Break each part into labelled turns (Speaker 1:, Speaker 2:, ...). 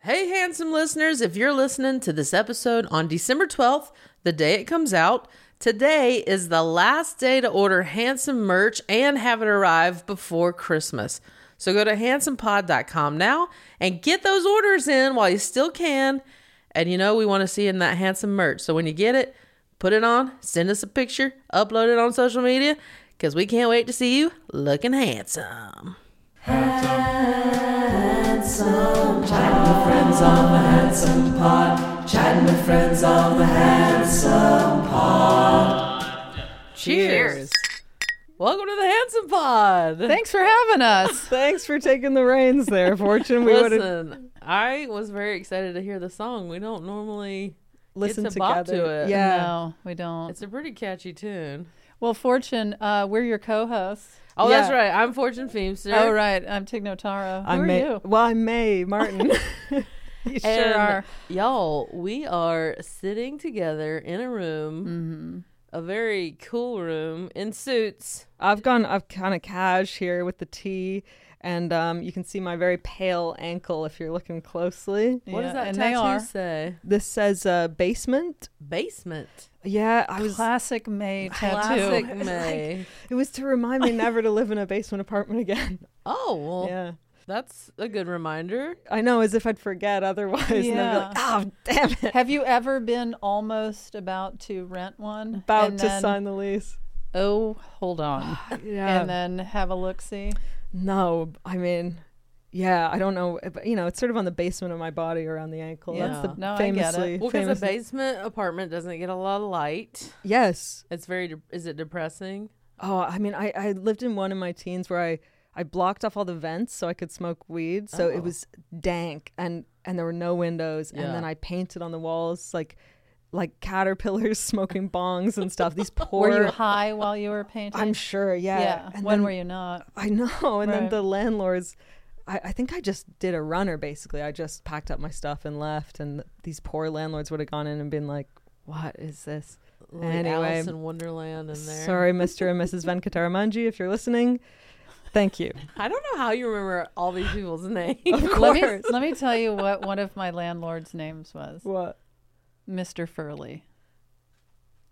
Speaker 1: Hey, handsome listeners, if you're listening to this episode on December 12th, the day it comes out, today is the last day to order handsome merch and have it arrive before Christmas. So go to handsomepod.com now and get those orders in while you still can. And you know, we want to see in that handsome merch. So when you get it, put it on, send us a picture, upload it on social media, because we can't wait to see you looking handsome.
Speaker 2: Handsome, chatting with friends on the handsome pod. Chatting with friends on the handsome pod.
Speaker 1: Cheers. Welcome to the Handsome Pod.
Speaker 3: Thanks for having us.
Speaker 4: Thanks for taking the reins there, Fortune. We would have
Speaker 1: Listen, I was very excited to hear the song. We don't normally
Speaker 4: listened
Speaker 1: get to bop
Speaker 4: together.
Speaker 1: to it.
Speaker 4: Yeah.
Speaker 3: No, we don't.
Speaker 1: It's a pretty catchy tune.
Speaker 3: well, Fortune, uh, we're your co-hosts.
Speaker 1: Oh, that's
Speaker 4: Yeah.
Speaker 1: right. I'm Fortune Feimster.
Speaker 3: Oh, right. I'm Tig Notaro. Who
Speaker 4: I'm
Speaker 3: are
Speaker 4: May.
Speaker 3: you?
Speaker 4: Well, I'm May Martin. you sure
Speaker 1: And
Speaker 4: are.
Speaker 1: Y'all, we are sitting together in a room,
Speaker 3: Mm-hmm.
Speaker 1: a very cool room in suits.
Speaker 4: I've gone. I've kind of cash here with the tea, and um, you can see my very pale ankle if you're looking closely.
Speaker 1: What does
Speaker 3: Yeah,
Speaker 1: that
Speaker 3: and
Speaker 1: tattoo
Speaker 3: they are.
Speaker 1: say?
Speaker 4: This says uh, basement.
Speaker 1: Basement.
Speaker 4: Yeah, I was.
Speaker 3: Classic May tattoo.
Speaker 1: Classic May.
Speaker 4: It was to remind me never to live in a basement apartment again.
Speaker 1: oh, well,
Speaker 4: yeah.
Speaker 1: that's a good reminder.
Speaker 4: I know, as if I'd forget otherwise. And I'd be like, oh, damn it.
Speaker 3: Have you ever been almost about to rent one?
Speaker 4: About
Speaker 3: and
Speaker 4: to
Speaker 3: then-
Speaker 4: sign the lease.
Speaker 3: Oh, hold on.
Speaker 4: Yeah.
Speaker 3: and then have a look see.
Speaker 4: No, I mean, yeah, I don't know, but you know, it's sort of on the basement of my body around the ankle. That's
Speaker 3: Yeah.
Speaker 4: the
Speaker 3: No, I get it.
Speaker 4: famously.
Speaker 1: Well, because a
Speaker 4: famously-
Speaker 1: basement apartment doesn't get a lot of light.
Speaker 4: yes.
Speaker 1: It's very, de- is it depressing?
Speaker 4: Oh, I mean, I I lived in one in my teens where I I blocked off all the vents so I could smoke weed. So
Speaker 3: Oh.
Speaker 4: it was dank and and there were no windows.
Speaker 1: Yeah.
Speaker 4: And then I painted on the walls like like caterpillars smoking bongs and stuff. These poor.
Speaker 3: Were you high while you were painting?
Speaker 4: I'm sure. Yeah.
Speaker 3: yeah.
Speaker 4: And
Speaker 3: when
Speaker 4: then-
Speaker 3: were you not?
Speaker 4: I know. And then
Speaker 3: Right.
Speaker 4: the landlords, I, I think I just did a runner basically. I just packed up my stuff and left. And these poor landlords would have gone in and been like, what is this?
Speaker 1: Like
Speaker 4: anyway,
Speaker 1: Alice in Wonderland in there.
Speaker 4: sorry, Mr. and Mrs. Venkataramanji, if you're listening. Thank you.
Speaker 1: I don't know how you remember all these people's names.
Speaker 3: Let me let me tell you what one of my landlord's names was.
Speaker 4: What?
Speaker 3: Mr. Furley.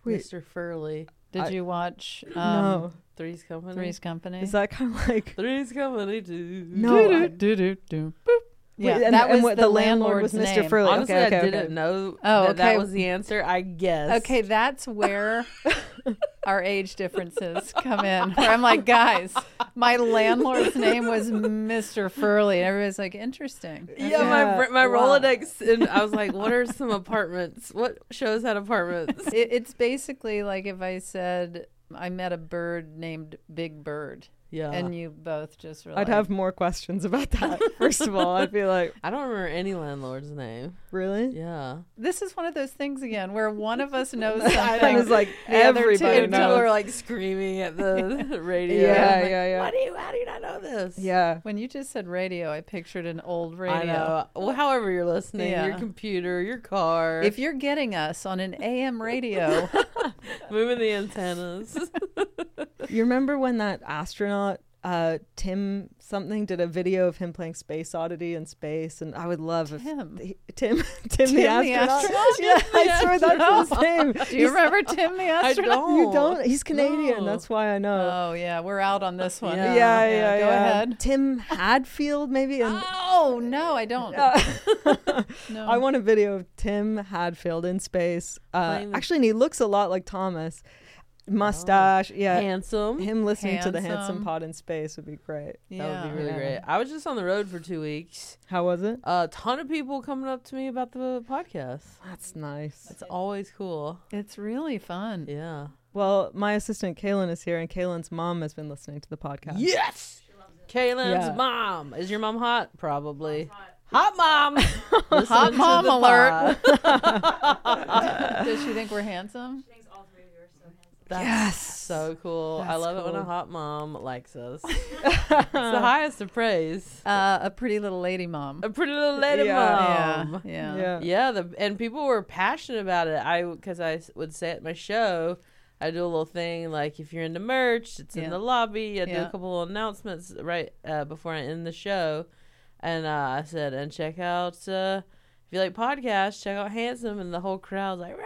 Speaker 4: Wait.
Speaker 1: Mr. Furley.
Speaker 3: Did
Speaker 4: I-
Speaker 3: you watch um, eh.
Speaker 4: no.
Speaker 1: Three's Company.
Speaker 3: Three's Company?
Speaker 4: Is that kind of like.
Speaker 1: Three's Company too.
Speaker 4: No. I-
Speaker 3: do, do, do. Boop. Yeah,
Speaker 4: Wait, and,
Speaker 3: that
Speaker 4: and
Speaker 3: was
Speaker 4: what-
Speaker 3: the, landlord
Speaker 4: was Mr.
Speaker 3: Name.
Speaker 4: Furley.
Speaker 1: Honestly,
Speaker 4: okay, okay,
Speaker 1: I
Speaker 4: okay.
Speaker 1: didn't know
Speaker 3: Oh,
Speaker 1: that that
Speaker 3: okay.
Speaker 1: was the answer, I guess.
Speaker 3: Okay, that's where our age differences come in. Where I'm like, guys, my landlord's name was Mr. Furley. And everybody's like, interesting.
Speaker 1: Yeah, my br- my Rolodex, and I was like, "What are some apartments? What shows had apartments?"
Speaker 3: It, it's basically like if I said I met a bird named Big Bird,
Speaker 1: Yeah,
Speaker 3: and you both just were
Speaker 4: Uh.
Speaker 3: like,
Speaker 4: I'd have more questions about that. First of all, I'd be like,
Speaker 1: I don't remember any landlord's name.
Speaker 4: really?
Speaker 1: Yeah,
Speaker 3: this is one of those things again where one of us knows
Speaker 4: That
Speaker 3: something.
Speaker 4: is like
Speaker 3: The other two
Speaker 4: everybody
Speaker 3: don't
Speaker 1: and people
Speaker 4: knows.
Speaker 1: were like screaming at the radio.
Speaker 4: Yeah,
Speaker 1: I'm like,
Speaker 4: yeah, yeah.
Speaker 1: What do you? How do you not know this?
Speaker 4: Yeah.
Speaker 3: When you just said radio, I pictured an old radio.
Speaker 1: I know. Well, however you're listening, your
Speaker 3: Yeah.
Speaker 1: computer, your car,
Speaker 3: If you're getting us on an AM radio,
Speaker 1: moving the antennas.
Speaker 4: You remember when that astronaut uh, Tim something did a video of him playing Space Oddity in space, and I would love
Speaker 3: Tim.
Speaker 4: if he- Tim Tim, the
Speaker 3: the
Speaker 4: astronaut.
Speaker 3: astronaut?
Speaker 4: yeah, I swear that's his
Speaker 3: astronaut.
Speaker 4: name.
Speaker 3: do you remember Tim the
Speaker 1: I
Speaker 3: astronaut?
Speaker 1: don't.
Speaker 4: You don't. He's Canadian.
Speaker 1: No.
Speaker 4: That's why I know.
Speaker 3: Oh yeah, we're out on this one.
Speaker 4: yeah, yeah, yeah,
Speaker 3: Go ahead.
Speaker 4: Tim Hadfield, maybe. And
Speaker 3: Oh no, I don't. no.
Speaker 4: I want a video of Tim Hadfield in space. Uh,
Speaker 1: Playing the-
Speaker 4: actually, and he looks a lot like Thomas. Mustache. Yeah.
Speaker 1: Handsome.
Speaker 4: Him listening to the handsome
Speaker 3: Handsome.
Speaker 4: pod in space would be great.
Speaker 3: yeah.
Speaker 1: That would be really great. I was just on the road for two weeks.
Speaker 4: How was it?
Speaker 1: A ton of people coming up to me about the podcast.
Speaker 4: That's nice.
Speaker 1: It's always cool.
Speaker 3: It's really fun.
Speaker 1: Yeah.
Speaker 4: Well, my assistant Kaylin is here, and Kaylin's mom has been listening to the podcast.
Speaker 1: Yes. Kaylin's
Speaker 4: Yeah.
Speaker 1: mom. Is your mom hot? Probably.
Speaker 5: Hot
Speaker 1: Hot.
Speaker 5: mom.
Speaker 1: Listen
Speaker 3: Hot
Speaker 1: to
Speaker 3: mom
Speaker 1: the
Speaker 3: alert. Does she think we're handsome?
Speaker 1: That's so cool. I
Speaker 3: That's
Speaker 1: love it when a
Speaker 3: cool.
Speaker 1: hot mom likes us. it's the highest of praise.
Speaker 3: Uh, a pretty little lady mom.
Speaker 1: A pretty little lady
Speaker 4: Yeah.
Speaker 1: mom.
Speaker 3: Yeah.
Speaker 4: Yeah.
Speaker 1: Yeah, the, and people were passionate about it. I because I s- would say at my show, I do a little thing like if you're into merch, it's in
Speaker 3: Yeah.
Speaker 1: the lobby. I do a
Speaker 3: Yeah.
Speaker 1: couple of announcements right uh, before I end the show, and uh, I said, and check out uh, if you like podcasts, check out Handsome, and the whole crowd's like, Rah!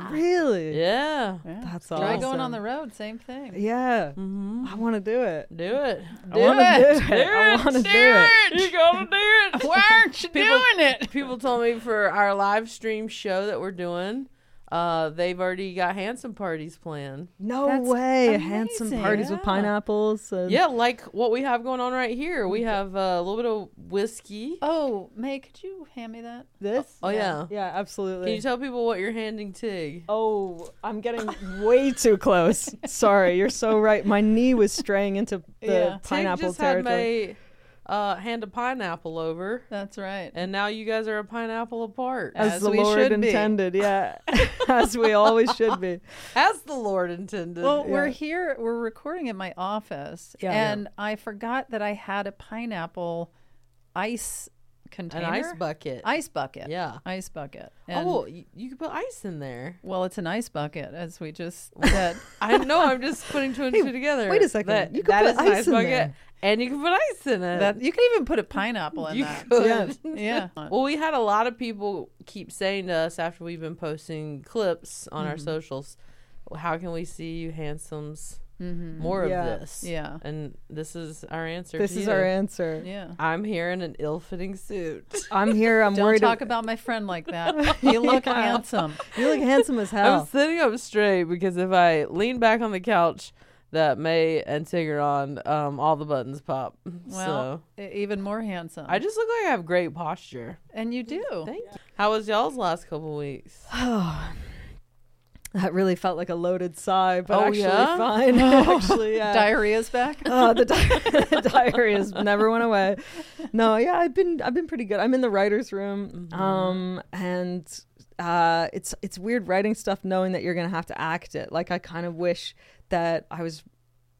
Speaker 4: Ah. Really?
Speaker 1: yeah,
Speaker 4: That's
Speaker 3: Try going on
Speaker 4: awesome.
Speaker 3: the road, same thing.
Speaker 4: Yeah. I want to do it.
Speaker 1: do it,
Speaker 4: I want to
Speaker 3: it.
Speaker 4: do it. I want to do it.
Speaker 1: you gotta do it.
Speaker 3: Why aren't you
Speaker 1: People-
Speaker 3: doing it?
Speaker 1: People told me for our live stream show that we're doing, uh, they've already got Handsome parties planned.
Speaker 4: No
Speaker 3: That's
Speaker 4: way. Handsome
Speaker 3: amazing.
Speaker 4: parties with
Speaker 1: Yeah.
Speaker 4: pineapples. And
Speaker 1: Yeah, like what we have going on right here. We have uh, a little bit of whiskey.
Speaker 3: Oh, May, could you hand me that?
Speaker 4: This?
Speaker 1: Oh yeah.
Speaker 3: Uh-huh.
Speaker 4: Yeah, absolutely.
Speaker 1: Can you tell people what you're handing Tig?
Speaker 4: Oh, I'm getting way too close. Sorry, you're so right. My knee was straying into the
Speaker 3: Yeah. Tig
Speaker 4: pineapple
Speaker 1: Tig just
Speaker 4: territory.
Speaker 1: had my uh, hand a pineapple over,
Speaker 3: That's right.
Speaker 1: and now you guys are a pineapple apart, as,
Speaker 4: as,
Speaker 3: as
Speaker 4: the
Speaker 3: we
Speaker 4: Lord
Speaker 3: should be.
Speaker 4: intended, yeah, as we always should be.
Speaker 1: the Lord intended.
Speaker 3: Well, we're
Speaker 4: Yeah.
Speaker 3: here. We're recording at my office,
Speaker 4: Yeah. Yeah.
Speaker 3: and I forgot that I had a pineapple ice
Speaker 1: An
Speaker 3: container,
Speaker 1: ice bucket.
Speaker 3: ice bucket.
Speaker 1: Yeah.
Speaker 3: ice bucket. And-
Speaker 1: Oh, you, you could put ice in there.
Speaker 3: well, it's an ice bucket, as we just said.
Speaker 1: I know. I'm just putting two and two together.
Speaker 4: wait a second,
Speaker 1: That,
Speaker 4: you could
Speaker 1: that
Speaker 4: put
Speaker 1: is an
Speaker 4: ice
Speaker 1: ice
Speaker 4: in
Speaker 1: bucket,
Speaker 4: there.
Speaker 1: and you can put ice in it.
Speaker 3: that you can even put a pineapple in
Speaker 1: you
Speaker 3: that.
Speaker 1: could.
Speaker 4: Yeah.
Speaker 3: Yeah.
Speaker 1: Well, we had a lot of people keep saying to us after we've been posting clips on our socials, "How can we see you handsomes more
Speaker 4: Yeah.
Speaker 1: of this?"
Speaker 3: Yeah.
Speaker 1: and this is our answer.
Speaker 4: This
Speaker 1: to
Speaker 4: is
Speaker 1: you.
Speaker 4: our answer.
Speaker 3: yeah.
Speaker 1: I'm here in an ill-fitting suit.
Speaker 4: I'm here. I'm
Speaker 3: Don't
Speaker 4: worried.
Speaker 3: talk about my friend like that. You look handsome.
Speaker 4: you look handsome as
Speaker 1: I'm
Speaker 4: hell.
Speaker 1: sitting up straight because if I lean back on the couch that May and Tig are on, um, all the buttons pop. so
Speaker 3: Well, e- even more handsome.
Speaker 1: I just look like I have great posture.
Speaker 3: and you do.
Speaker 1: Thank you. How was y'all's last couple weeks?
Speaker 4: that really felt like a loaded sigh, but
Speaker 1: Oh,
Speaker 4: actually
Speaker 1: yeah?
Speaker 4: fine.
Speaker 3: Oh.
Speaker 4: actually, yeah.
Speaker 3: Diarrhea's back.
Speaker 4: oh, the, di- the diary has never went away. No, yeah, I've been I've been pretty good. I'm in the writers' room, um, and uh, it's it's weird writing stuff knowing that you're gonna have to act it. Like I kind of wish that I was.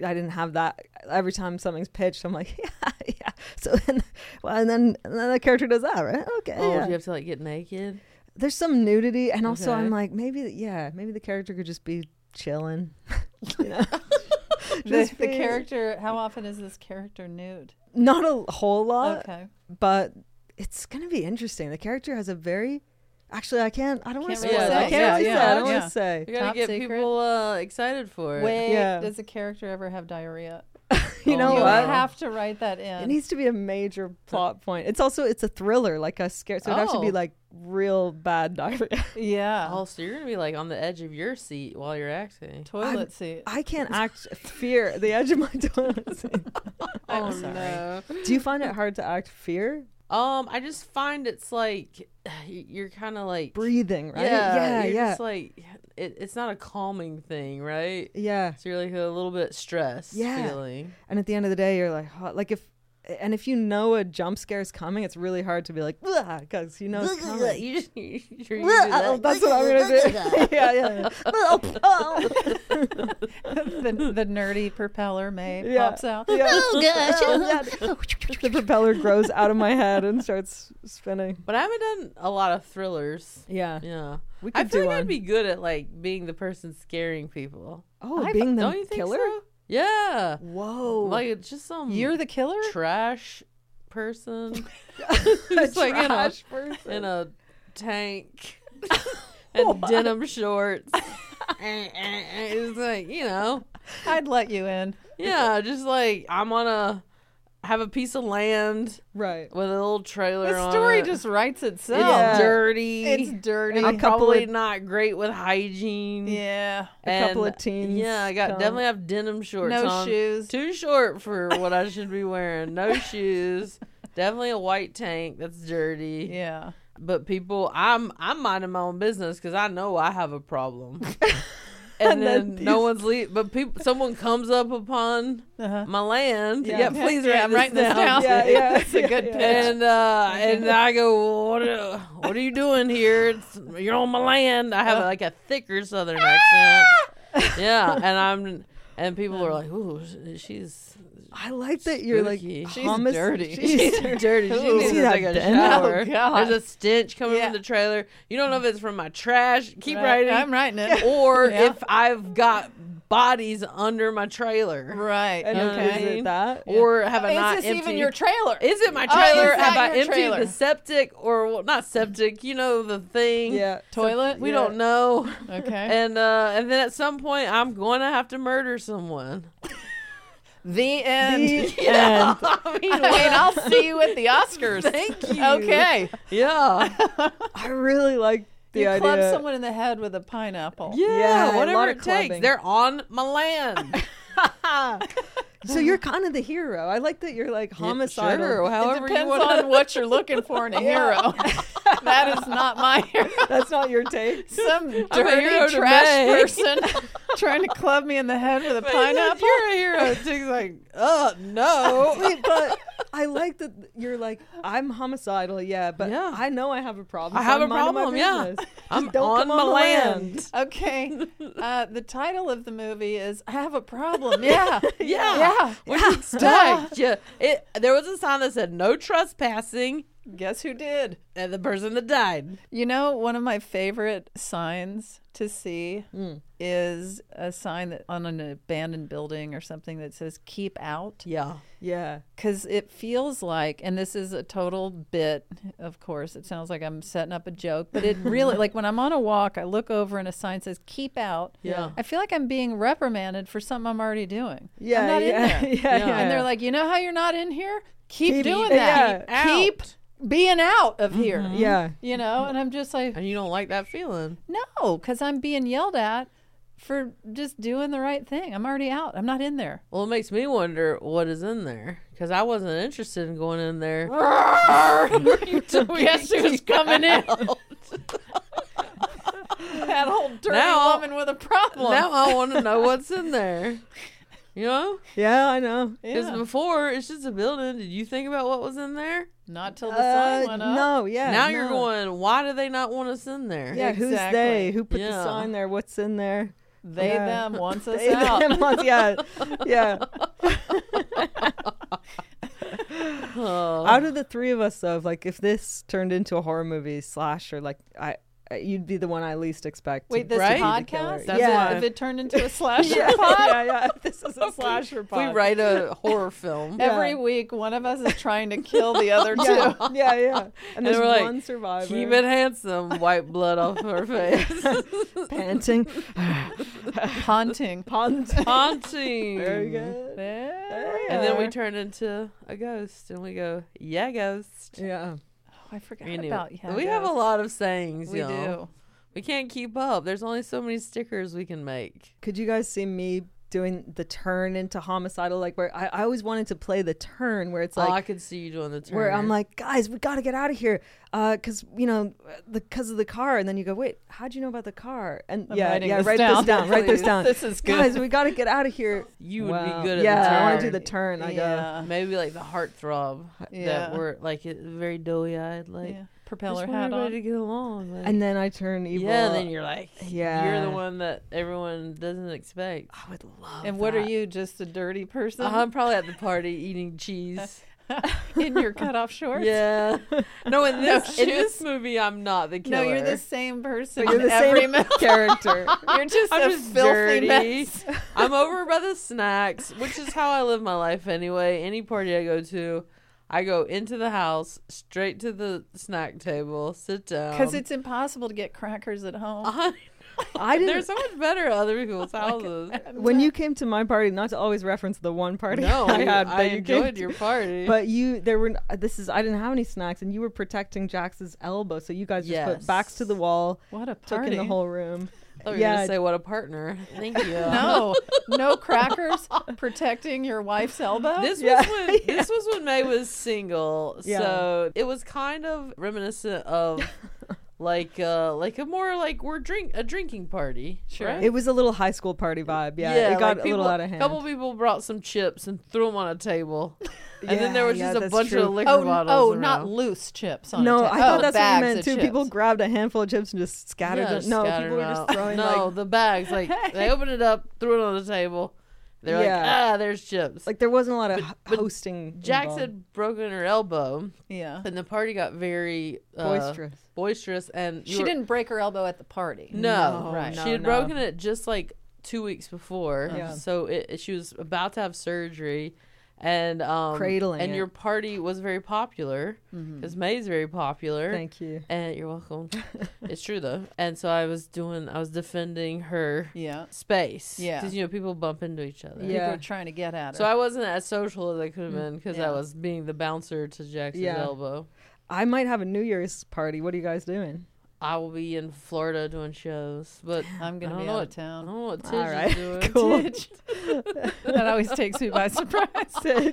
Speaker 4: I didn't have that. Every time something's pitched, I'm like, yeah, yeah. So then, well, and then, and then the character does that, right? Okay.
Speaker 1: Oh,
Speaker 4: yeah
Speaker 1: do you have to like get naked?
Speaker 4: there's some nudity and also
Speaker 1: Okay.
Speaker 4: i'm like maybe yeah maybe the character could just be chilling you know
Speaker 3: the,
Speaker 4: Just
Speaker 3: the
Speaker 4: be-
Speaker 3: character. How often is this character nude?
Speaker 4: not a whole lot
Speaker 3: Okay.
Speaker 4: but it's gonna be interesting the character has a very actually i can't i don't want to
Speaker 3: Can't
Speaker 4: say
Speaker 1: really
Speaker 4: it. i
Speaker 1: say. Yeah,
Speaker 4: can't really
Speaker 1: yeah,
Speaker 4: say it. i don't want
Speaker 3: yeah.
Speaker 4: to say
Speaker 1: We gotta
Speaker 3: Top
Speaker 1: get
Speaker 3: secret?
Speaker 1: people uh, excited for it.
Speaker 3: Wait,
Speaker 4: Yeah.
Speaker 3: does a character ever have diarrhea?
Speaker 4: you know
Speaker 3: Oh, you
Speaker 4: what
Speaker 3: have to write that
Speaker 4: it
Speaker 3: in.
Speaker 4: needs to be a major plot point it's also it's a thriller like a scare so it has to
Speaker 3: Oh.
Speaker 4: be like real bad diarrhea
Speaker 3: yeah.
Speaker 1: Oh, so you're gonna be like on the edge of your seat while you're acting.
Speaker 3: Toilet seat.
Speaker 4: i can't act fear at the edge of my toilet oh,
Speaker 3: I'm sorry.
Speaker 4: do you find it hard to act fear
Speaker 1: Um, I just find it's like you're kind of like
Speaker 4: breathing right
Speaker 1: Yeah,
Speaker 4: yeah
Speaker 1: you're
Speaker 4: yeah
Speaker 1: Just like it, it's not a calming thing, right?
Speaker 4: yeah
Speaker 1: So you're like a little bit stressed
Speaker 4: Yeah.
Speaker 1: feeling.
Speaker 4: and at the end of the day you're like oh, like if and if you know a jump scare is coming it's really hard to be like because you know it's coming
Speaker 1: You just you're, you're
Speaker 4: Oh, that's what I'm gonna do. yeah, yeah. Oh, oh.
Speaker 3: the, the nerdy propeller may
Speaker 4: Yeah.
Speaker 3: pops out.
Speaker 4: Yeah. Oh, God. the propeller grows out of my head and starts spinning.
Speaker 1: But I haven't done a lot of thrillers.
Speaker 4: Yeah.
Speaker 1: Yeah,
Speaker 4: We
Speaker 1: I
Speaker 4: could
Speaker 1: feel
Speaker 4: do
Speaker 1: like
Speaker 4: one.
Speaker 1: I'd be good at like being the person scaring people.
Speaker 4: Oh,
Speaker 1: I-
Speaker 4: being the
Speaker 1: don't you think
Speaker 4: killer?
Speaker 1: so? Yeah.
Speaker 4: Whoa.
Speaker 1: Like it's just some
Speaker 3: You're the killer?
Speaker 1: trash person. Just like in a,
Speaker 4: Trash person.
Speaker 1: in a tank and denim shorts. it's like, you know.
Speaker 3: I'd let you in.
Speaker 1: Yeah, just like I'm on a have a piece of land
Speaker 4: right.
Speaker 1: with a little trailer
Speaker 3: The
Speaker 1: on
Speaker 3: story
Speaker 1: it.
Speaker 3: just writes itself.
Speaker 1: it's
Speaker 4: Yeah.
Speaker 1: dirty.
Speaker 3: It's dirty.
Speaker 1: I'm
Speaker 4: A couple
Speaker 1: probably
Speaker 4: of-
Speaker 1: not great with hygiine.
Speaker 3: yeah.
Speaker 4: A couple
Speaker 1: And,
Speaker 4: of teens
Speaker 1: Yeah, I got
Speaker 4: come.
Speaker 1: definitely have denim shorts.
Speaker 3: No
Speaker 1: on.
Speaker 3: shoes.
Speaker 1: Too short for what I should be wearing. No shoes. Definitely a white tank that's dirty.
Speaker 3: Yeah.
Speaker 1: But people, I'm I'm minding my own business because I know I have a problem. and then no one's leave, but people, someone comes up upon my land. Yeah, please
Speaker 3: Yeah,
Speaker 1: write,
Speaker 3: I'm writing
Speaker 1: this
Speaker 3: this
Speaker 1: down.
Speaker 3: down.
Speaker 4: yeah, yeah,
Speaker 3: That's a good pitch.
Speaker 1: And uh, and I go, what are, what are you doing here? It's, you're on my land. I have like a thicker Southern accent. Yeah, and I'm and people are like, ooh, she's
Speaker 4: I like that you're like
Speaker 1: Spooky. She's
Speaker 4: hummus-
Speaker 1: dirty.
Speaker 4: She's
Speaker 1: dirty. She needs
Speaker 4: See
Speaker 1: to
Speaker 4: that
Speaker 1: take a
Speaker 4: bend?
Speaker 1: shower.
Speaker 3: Oh, God.
Speaker 1: There's a stench coming
Speaker 3: Yeah.
Speaker 1: from the trailer. You don't know if it's from my trash. Keep
Speaker 3: Right,
Speaker 1: writing.
Speaker 3: I'm writing it.
Speaker 1: Or
Speaker 3: Yeah.
Speaker 1: if I've got bodies under my trailer.
Speaker 3: Right.
Speaker 4: And
Speaker 3: okay.
Speaker 4: is it that?
Speaker 1: Or have I
Speaker 3: is
Speaker 1: not
Speaker 3: this
Speaker 1: emptied?
Speaker 3: even your trailer?
Speaker 1: is it my
Speaker 3: Oh,
Speaker 1: trailer?
Speaker 3: is that
Speaker 1: have I
Speaker 3: your
Speaker 1: emptied
Speaker 3: trailer?
Speaker 1: the septic or well, not septic? You know the thing.
Speaker 4: Yeah.
Speaker 3: toilet?
Speaker 1: We don't know.
Speaker 3: Okay.
Speaker 1: And uh, and then at some point I'm going to have to murder someone.
Speaker 3: the end.
Speaker 4: Yeah.
Speaker 1: I mean,
Speaker 3: I mean, I'll see you at the Oscars.
Speaker 1: Thank you.
Speaker 3: Okay.
Speaker 1: yeah.
Speaker 4: I really like the
Speaker 3: you
Speaker 4: idea.
Speaker 3: club someone in the head with a pineapple.
Speaker 1: Yeah,
Speaker 4: Yeah, a lot
Speaker 1: whatever
Speaker 4: of
Speaker 1: it takes.
Speaker 4: clubbing.
Speaker 1: They're on Milan.
Speaker 4: So you're kind of the hero. I like that you're like homicidal.
Speaker 1: sure,
Speaker 4: or
Speaker 3: It
Speaker 4: however you
Speaker 3: depends
Speaker 4: want.
Speaker 3: on what you're looking for in a hero. that is not my hero.
Speaker 4: That's not your take.
Speaker 3: Some
Speaker 1: hero
Speaker 3: dirty
Speaker 1: to
Speaker 3: trash
Speaker 1: Meg.
Speaker 3: person trying to club me in the head with a pineapple.
Speaker 1: You're a hero. She's like, oh no.
Speaker 4: Wait, but I like that you're like I'm homicidal. Yeah, but
Speaker 1: Yeah.
Speaker 4: I know I have a problem.
Speaker 1: I
Speaker 4: so
Speaker 1: have
Speaker 4: I'm
Speaker 1: a
Speaker 4: minding my
Speaker 1: problem, yeah.
Speaker 4: business. Just
Speaker 1: I'm
Speaker 4: don't
Speaker 1: on
Speaker 4: come
Speaker 1: my
Speaker 4: the
Speaker 1: land.
Speaker 3: Okay. Uh, the title of the movie is I Have a Problem. Yeah.
Speaker 1: Yeah.
Speaker 3: Yeah.
Speaker 1: What do you expect? Yeah. It, there was a sign that said no trespassing
Speaker 3: Guess who did?
Speaker 1: and the person that died.
Speaker 3: You know, one of my favorite signs to see is a sign that on an abandoned building or something that says keep out
Speaker 1: Yeah.
Speaker 4: Yeah.
Speaker 3: because it feels like and this is a total bit of course it sounds like i'm setting up a joke but it really like when i'm on a walk i look over and a sign says keep out
Speaker 1: Yeah.
Speaker 3: i feel like i'm being reprimanded for something i'm already doing
Speaker 4: Yeah.
Speaker 3: i'm not
Speaker 4: yeah,
Speaker 3: in there
Speaker 4: Yeah, yeah.
Speaker 3: and they're like you know how you're not in here keep,
Speaker 4: Keep- e-,
Speaker 3: doing
Speaker 4: yeah. Mm-hmm.
Speaker 3: that keep being out of here
Speaker 4: Yeah.
Speaker 3: you know and i'm just like
Speaker 1: And you don't like that feeling.
Speaker 3: no, because I'm being yelled at for just doing the right thing. I'm already out. I'm not in there.
Speaker 1: Well, it makes me wonder what is in there because I wasn't interested in going in there. you told me
Speaker 3: Guess
Speaker 1: to
Speaker 3: who's
Speaker 1: keep
Speaker 3: coming in?
Speaker 1: out.
Speaker 3: That old dirty
Speaker 1: Now-
Speaker 3: woman with a problem.
Speaker 1: Now I want to know what's in there. You know?
Speaker 4: Yeah, I know.
Speaker 1: Because
Speaker 3: Yeah.
Speaker 1: before, it's just a building. Did you think about what was in there?
Speaker 3: Not till the
Speaker 4: Uh,
Speaker 3: sign went up.
Speaker 4: no, yeah.
Speaker 1: now you're
Speaker 4: no.
Speaker 1: going, why do they not want us in there?
Speaker 4: Yeah, who's
Speaker 3: Exactly.
Speaker 4: they? Who put
Speaker 1: Yeah.
Speaker 4: the sign there? What's in there?
Speaker 3: They
Speaker 4: Yeah.
Speaker 3: them wants us
Speaker 4: They,
Speaker 3: out.
Speaker 4: them ones, yeah, yeah.
Speaker 1: Oh.
Speaker 4: Out of the three of us, though, like if this turned into a horror movie slasher, like I, I you'd be the one I least expect. to
Speaker 3: Wait, this
Speaker 4: be the
Speaker 1: Right?
Speaker 3: podcast?
Speaker 4: killer.
Speaker 1: That's
Speaker 4: yeah.
Speaker 1: why.
Speaker 3: If it turned into a slasher
Speaker 4: yeah,
Speaker 3: pod,
Speaker 4: yeah, yeah. This is a slasher
Speaker 1: If we
Speaker 4: pod.
Speaker 1: write a horror film.
Speaker 3: every week one of us is trying to kill the other two.
Speaker 4: Yeah, yeah, yeah. And there's
Speaker 1: we're like,
Speaker 4: one survivor.
Speaker 1: Keep it handsome, wipe blood off her face.
Speaker 4: panting,
Speaker 3: Haunting.
Speaker 4: pond.
Speaker 1: Haunting.
Speaker 4: Very good.
Speaker 3: Oh,
Speaker 1: And then we turn into a ghost and we go, yeah, ghost.
Speaker 4: Yeah.
Speaker 3: I forgot
Speaker 1: Anyway,
Speaker 3: about yeah.
Speaker 1: we have a
Speaker 3: guys.
Speaker 1: lot of sayings,
Speaker 3: We
Speaker 1: y'all.
Speaker 3: do.
Speaker 1: We can't keep up. There's only so many stickers we can make.
Speaker 4: Could you guys see me? Doing the turn into homicidal, like where I, I always wanted to play the turn, where it's like
Speaker 1: oh, I could see you doing the turn.
Speaker 4: where I'm like, guys, we got to get out of here, because you know, because of the car. And then you go, wait, how'd you know about the car? And
Speaker 3: I'm
Speaker 4: yeah,
Speaker 3: writing
Speaker 4: yeah,
Speaker 3: this
Speaker 4: write
Speaker 3: down,
Speaker 4: this down, write this
Speaker 3: please.
Speaker 4: down.
Speaker 3: This is good.
Speaker 4: guys. We got to get out of here.
Speaker 1: You would be
Speaker 4: Wow.
Speaker 1: good at the
Speaker 4: yeah, I want to do
Speaker 1: turn.
Speaker 4: the turn. I go,
Speaker 3: yeah.
Speaker 1: maybe like the heartthrob
Speaker 3: uh, Yeah.
Speaker 1: that were like it- very doughy eyed, like
Speaker 3: yeah.
Speaker 1: I
Speaker 3: Propeller
Speaker 1: just want
Speaker 3: hat
Speaker 1: everybody
Speaker 3: on.
Speaker 1: to get along. Like,
Speaker 4: and then I turn evil.
Speaker 1: yeah, then you're like, you're
Speaker 4: Yeah.
Speaker 1: the one that everyone doesn't expect.
Speaker 4: I would love.
Speaker 3: And what are
Speaker 4: that.
Speaker 3: you, just a dirty person
Speaker 1: I'm probably at the party eating cheese.
Speaker 3: in your cutoff shorts?
Speaker 1: yeah, no, in this in this
Speaker 3: shoes?
Speaker 1: movie, I'm not the
Speaker 3: No,
Speaker 1: killer.
Speaker 3: you're the same person.
Speaker 4: You're the
Speaker 3: in every
Speaker 4: same
Speaker 3: mo-
Speaker 4: character.
Speaker 3: You're just
Speaker 1: I'm
Speaker 3: a
Speaker 1: just
Speaker 3: filthy
Speaker 1: dirty.
Speaker 3: mess.
Speaker 1: I'm over by the snacks, which is how I live my life anyway. Any party I go to, I go into the house, straight to the snack table, sit down.
Speaker 4: Um,
Speaker 3: Because it's impossible to get crackers at home.
Speaker 4: Uh-huh.
Speaker 1: I,
Speaker 4: I didn't-
Speaker 1: They're so much better at other people's houses.
Speaker 4: when you came to my party, not to always reference the one party
Speaker 1: No,
Speaker 4: I had,
Speaker 1: I
Speaker 4: that you came
Speaker 1: enjoyed
Speaker 4: to,
Speaker 1: your party.
Speaker 4: But you, there were uh, this is I didn't have any snacks, and you were protecting Jax's elbow, so you guys just
Speaker 1: Yes.
Speaker 4: put backs to the wall,
Speaker 3: What a
Speaker 4: took in
Speaker 3: party.
Speaker 4: the whole room.
Speaker 1: I was
Speaker 4: yeah,
Speaker 1: gonna say what a partner. Thank you.
Speaker 3: no, no crackers protecting your wife's elbow.
Speaker 1: This was
Speaker 4: Yeah.
Speaker 1: when this was when May was single,
Speaker 4: Yeah.
Speaker 1: so it was kind of reminiscent of like uh like a more like we're drink a drinking party.
Speaker 3: Sure.
Speaker 1: right?
Speaker 4: It was a little high school party vibe. Yeah, it got
Speaker 1: like
Speaker 4: a
Speaker 1: people-
Speaker 4: little out of hand.
Speaker 1: couple people brought some chips and threw them on a table, and then there
Speaker 4: Yeah,
Speaker 1: was
Speaker 4: yeah,
Speaker 1: just a
Speaker 4: that's
Speaker 1: bunch
Speaker 4: true.
Speaker 1: of liquor
Speaker 3: Oh, n-
Speaker 1: bottles.
Speaker 3: oh not
Speaker 1: around.
Speaker 3: loose chips on
Speaker 4: no,
Speaker 3: a
Speaker 4: I
Speaker 3: ta-
Speaker 4: thought
Speaker 3: oh,
Speaker 4: that's what you
Speaker 3: bags
Speaker 4: meant
Speaker 3: of
Speaker 4: too.
Speaker 3: chips.
Speaker 4: People grabbed a handful of chips and just scattered
Speaker 1: Yeah,
Speaker 4: them. No,
Speaker 1: scattered
Speaker 4: people were just
Speaker 1: out.
Speaker 4: throwing
Speaker 1: no
Speaker 4: like
Speaker 1: the bags like they opened it up, threw it on the table. They're
Speaker 4: Yeah.
Speaker 1: like, ah, there's chips.
Speaker 4: like there wasn't a lot of h-
Speaker 1: but
Speaker 4: hosting.
Speaker 1: Jax
Speaker 4: involved.
Speaker 1: had broken her elbow,
Speaker 3: Yeah.
Speaker 1: and the party got very uh,
Speaker 4: boisterous.
Speaker 1: boisterous, and you
Speaker 3: She
Speaker 1: were-
Speaker 3: didn't break her elbow at the party.
Speaker 4: Mm-hmm.
Speaker 1: No,
Speaker 3: right.
Speaker 1: she had
Speaker 4: no.
Speaker 1: broken it just like two weeks before,
Speaker 4: Yeah.
Speaker 1: so it, it- she was about to have surgery, and um,
Speaker 4: Cradling
Speaker 1: And
Speaker 4: it. Mm-hmm.
Speaker 1: your party was very popular because May's very popular.
Speaker 4: Thank you.
Speaker 1: And you're welcome. it's true though, and so I was doing, I was defending her
Speaker 3: Yeah.
Speaker 1: space.
Speaker 3: Yeah.
Speaker 1: because you know people bump into each other.
Speaker 4: Yeah. Mm,
Speaker 3: People were trying to get at her.
Speaker 1: So I wasn't as social as I could have been because
Speaker 3: yeah.
Speaker 1: I was being the bouncer to Jackson's
Speaker 4: Yeah.
Speaker 1: elbow.
Speaker 4: I might have a New Year's party. What are you guys doing?
Speaker 1: I will be in Florida doing shows, but
Speaker 3: I'm
Speaker 1: I
Speaker 3: gonna
Speaker 1: don't
Speaker 3: be
Speaker 1: know
Speaker 3: out
Speaker 1: what,
Speaker 3: of
Speaker 1: I
Speaker 3: town.
Speaker 1: don't know what Tish
Speaker 4: All
Speaker 1: is
Speaker 4: right,
Speaker 1: doing.
Speaker 4: cool.
Speaker 3: that always takes me by surprise.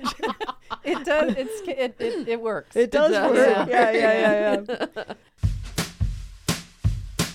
Speaker 3: it does. It's it it, it works.
Speaker 4: It does
Speaker 1: does
Speaker 4: work.
Speaker 3: work.
Speaker 4: Yeah, yeah, yeah, yeah.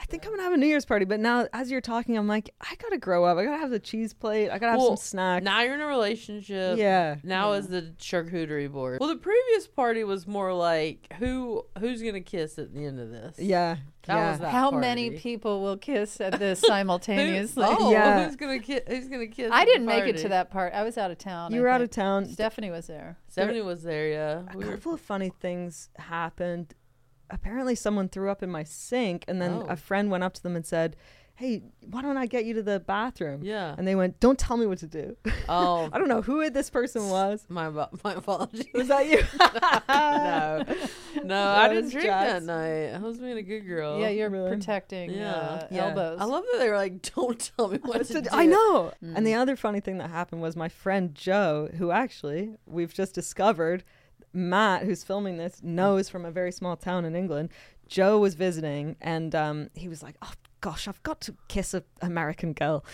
Speaker 4: I think I'm gonna have a New Year's party, but now as you're talking, I'm like, I gotta grow up. I gotta have the cheese plate. I gotta have
Speaker 1: Well,
Speaker 4: some snacks.
Speaker 1: Now you're in a relationship.
Speaker 4: yeah,
Speaker 1: Now is the charcuterie board. Well, the previous party was more like who who's gonna kiss at the end of this.
Speaker 4: yeah,
Speaker 1: That
Speaker 4: yeah.
Speaker 1: was that
Speaker 3: How many
Speaker 1: party.
Speaker 3: people will kiss at this
Speaker 1: Who-
Speaker 3: simultaneously?
Speaker 1: oh,
Speaker 4: Yeah.
Speaker 1: who's gonna kiss? Who's gonna kiss?
Speaker 3: I
Speaker 1: at the
Speaker 3: didn't make it
Speaker 1: party?
Speaker 3: to that part. I was out of town.
Speaker 4: You
Speaker 3: I
Speaker 4: were out of
Speaker 3: think.
Speaker 4: town.
Speaker 3: Stephanie was there.
Speaker 1: Stephanie was there. Yeah.
Speaker 4: A
Speaker 1: We were-
Speaker 4: couple of funny things happened. Apparently, someone threw up in my sink, and then
Speaker 1: Oh.
Speaker 4: a friend went up to them and said, "Hey, why don't I get you to the bathroom?"
Speaker 1: Yeah.
Speaker 4: and they went, "Don't tell me what to do."
Speaker 1: Oh,
Speaker 4: I don't know who this person was.
Speaker 1: my abo- my apologies.
Speaker 4: Was that you?
Speaker 1: no, no, I
Speaker 4: That
Speaker 1: didn't
Speaker 4: was
Speaker 1: drink that
Speaker 4: Jack's.
Speaker 1: night. I was being a good girl.
Speaker 3: yeah, you're
Speaker 4: really?
Speaker 3: protecting
Speaker 1: Oh, Yeah.
Speaker 3: Uh,
Speaker 4: Yeah.
Speaker 3: elbows.
Speaker 1: I love that they were like, "Don't tell me what to do."
Speaker 4: I know.
Speaker 1: Mm.
Speaker 4: And the other funny thing that happened was my friend Joe, who actually we've just discovered, Matt, who's filming this, knows from a very small town in England. Joe was visiting, and um, he was like, "Oh gosh, I've got to kiss an American girl."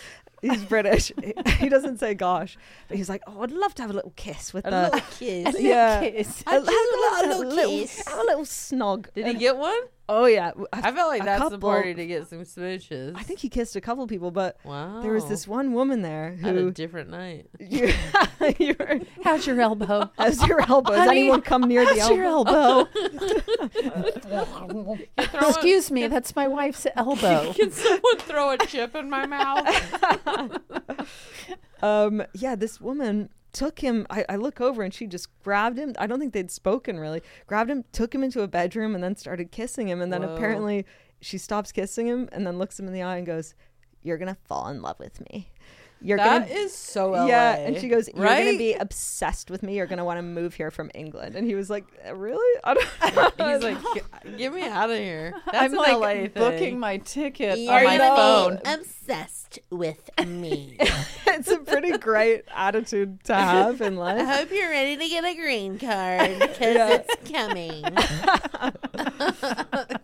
Speaker 4: He's British. he doesn't say "gosh," but he's like, "Oh, I'd love to have a little kiss with
Speaker 1: A
Speaker 4: the."
Speaker 1: little kiss.
Speaker 4: yeah,
Speaker 3: kiss.
Speaker 4: I'd have a little, kiss. Have a little snog.
Speaker 1: Did he get one?
Speaker 4: Oh yeah,
Speaker 1: I felt like
Speaker 4: a
Speaker 1: that's the
Speaker 4: couple-
Speaker 1: party to get some smooches.
Speaker 4: I think he kissed a couple people, but
Speaker 1: Wow.
Speaker 4: there was this one woman there
Speaker 1: Oh. I had a
Speaker 4: who
Speaker 1: different night.
Speaker 4: you, you were
Speaker 3: How's your elbow?
Speaker 4: How's your elbow? Does
Speaker 3: Honey,
Speaker 4: anyone come near the
Speaker 3: How's
Speaker 4: elbow?
Speaker 3: your elbow?
Speaker 1: Throw a-
Speaker 3: Excuse me, that's my wife's elbow.
Speaker 1: Can someone throw a chip in my mouth?
Speaker 4: Um, yeah, this woman took him. I, I look over and she just grabbed him. I don't think they'd spoken really. Grabbed him, took him into a bedroom, and then started kissing him. And then
Speaker 1: Whoa.
Speaker 4: apparently she stops kissing him and then looks him in the eye and goes, "You're gonna fall in love with me. You're
Speaker 1: That
Speaker 4: gonna."
Speaker 1: is so LA.
Speaker 4: yeah, and she goes, "You're
Speaker 1: right?
Speaker 4: gonna be obsessed with me. You're gonna want to move here from England." And he was like, "Uh, "Really? I don't."
Speaker 1: He's like, get me out of here. That's
Speaker 3: I'm
Speaker 1: an
Speaker 3: like
Speaker 1: LA thing.
Speaker 3: booking my ticket
Speaker 4: I
Speaker 3: on my
Speaker 4: know.
Speaker 3: phone.
Speaker 1: obsessed with me.
Speaker 4: it's a pretty great attitude to have in life.
Speaker 1: hope you're ready to get a green card because it's coming.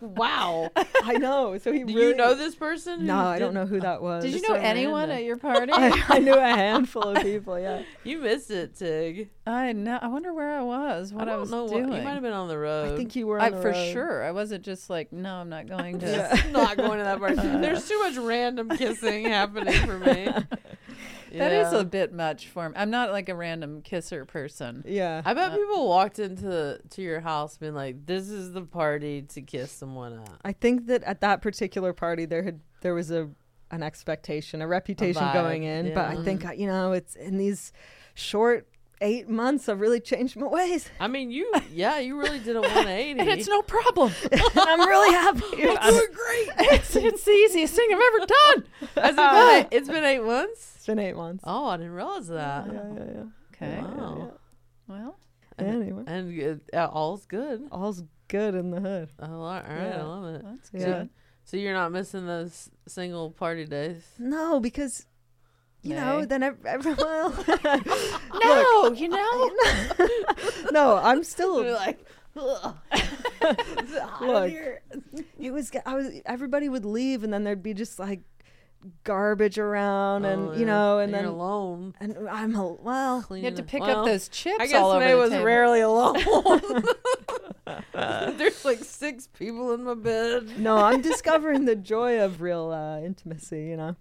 Speaker 1: wow.
Speaker 4: I know. So he
Speaker 1: Do
Speaker 4: really
Speaker 1: you know this person? who
Speaker 4: No, I
Speaker 1: did-
Speaker 4: don't know who that was.
Speaker 3: Did you
Speaker 1: Just
Speaker 3: know
Speaker 1: so
Speaker 3: anyone
Speaker 1: random.
Speaker 3: at your party?
Speaker 4: I, I knew a handful of people. Yeah,
Speaker 1: You missed it, Tig.
Speaker 3: I know. I wonder where I was, what
Speaker 1: I
Speaker 3: I,
Speaker 1: don't
Speaker 3: was
Speaker 1: know
Speaker 3: doing.
Speaker 1: what you might have been on the road.
Speaker 4: I think you were
Speaker 3: I,
Speaker 4: on the
Speaker 3: for
Speaker 4: road.
Speaker 3: sure. I wasn't just like, no, I'm not going to.
Speaker 1: Just not going to that party. There's too much random kissing happening for me.
Speaker 3: That is
Speaker 1: Yeah.
Speaker 3: a bit much for me. I'm not like a random kisser person.
Speaker 4: Yeah,
Speaker 1: I bet people walked into to your house being like, "This is the party to kiss someone at."
Speaker 4: I think that at that particular party there had there was a an expectation, a reputation
Speaker 1: vibe,
Speaker 4: going in. But I
Speaker 1: yeah.
Speaker 4: think I- you know, it's in these short eight months, I've really changed my ways,
Speaker 1: I mean, you, yeah, you really did a 180.
Speaker 3: And it's no problem.
Speaker 4: and I'm really happy.
Speaker 1: You're great.
Speaker 3: it's, it's the easiest thing I've ever done.
Speaker 1: Has it been eight- it's been eight months.
Speaker 4: it's been eight months.
Speaker 1: Oh, I didn't realize that.
Speaker 4: Yeah, yeah, yeah.
Speaker 3: Okay. Oh.
Speaker 1: Wow.
Speaker 3: Well,
Speaker 4: Anyway,
Speaker 1: And uh, all's good.
Speaker 4: all's good in the hood.
Speaker 1: Oh, all right, I
Speaker 4: Yeah.
Speaker 1: love it.
Speaker 3: that's good.
Speaker 4: Yeah.
Speaker 1: So you're not missing those single party days.
Speaker 4: No, because you know,
Speaker 1: Nay.
Speaker 4: then ev- everyone.
Speaker 3: No, you know.
Speaker 4: no, I'm still
Speaker 1: like,
Speaker 4: look. It was g- I was everybody would leave, and then there'd be just like garbage around, and you know, and
Speaker 1: Oh, you're
Speaker 4: then
Speaker 1: alone.
Speaker 4: and I'm a, well.
Speaker 3: You had to
Speaker 1: cleaning-
Speaker 3: pick
Speaker 1: Well,
Speaker 3: up those chips
Speaker 1: I guess
Speaker 3: all over
Speaker 1: May
Speaker 3: the
Speaker 1: was
Speaker 3: table.
Speaker 1: rarely alone. There's like six people in my bed.
Speaker 4: No, I'm discovering the joy of real uh, intimacy. You know,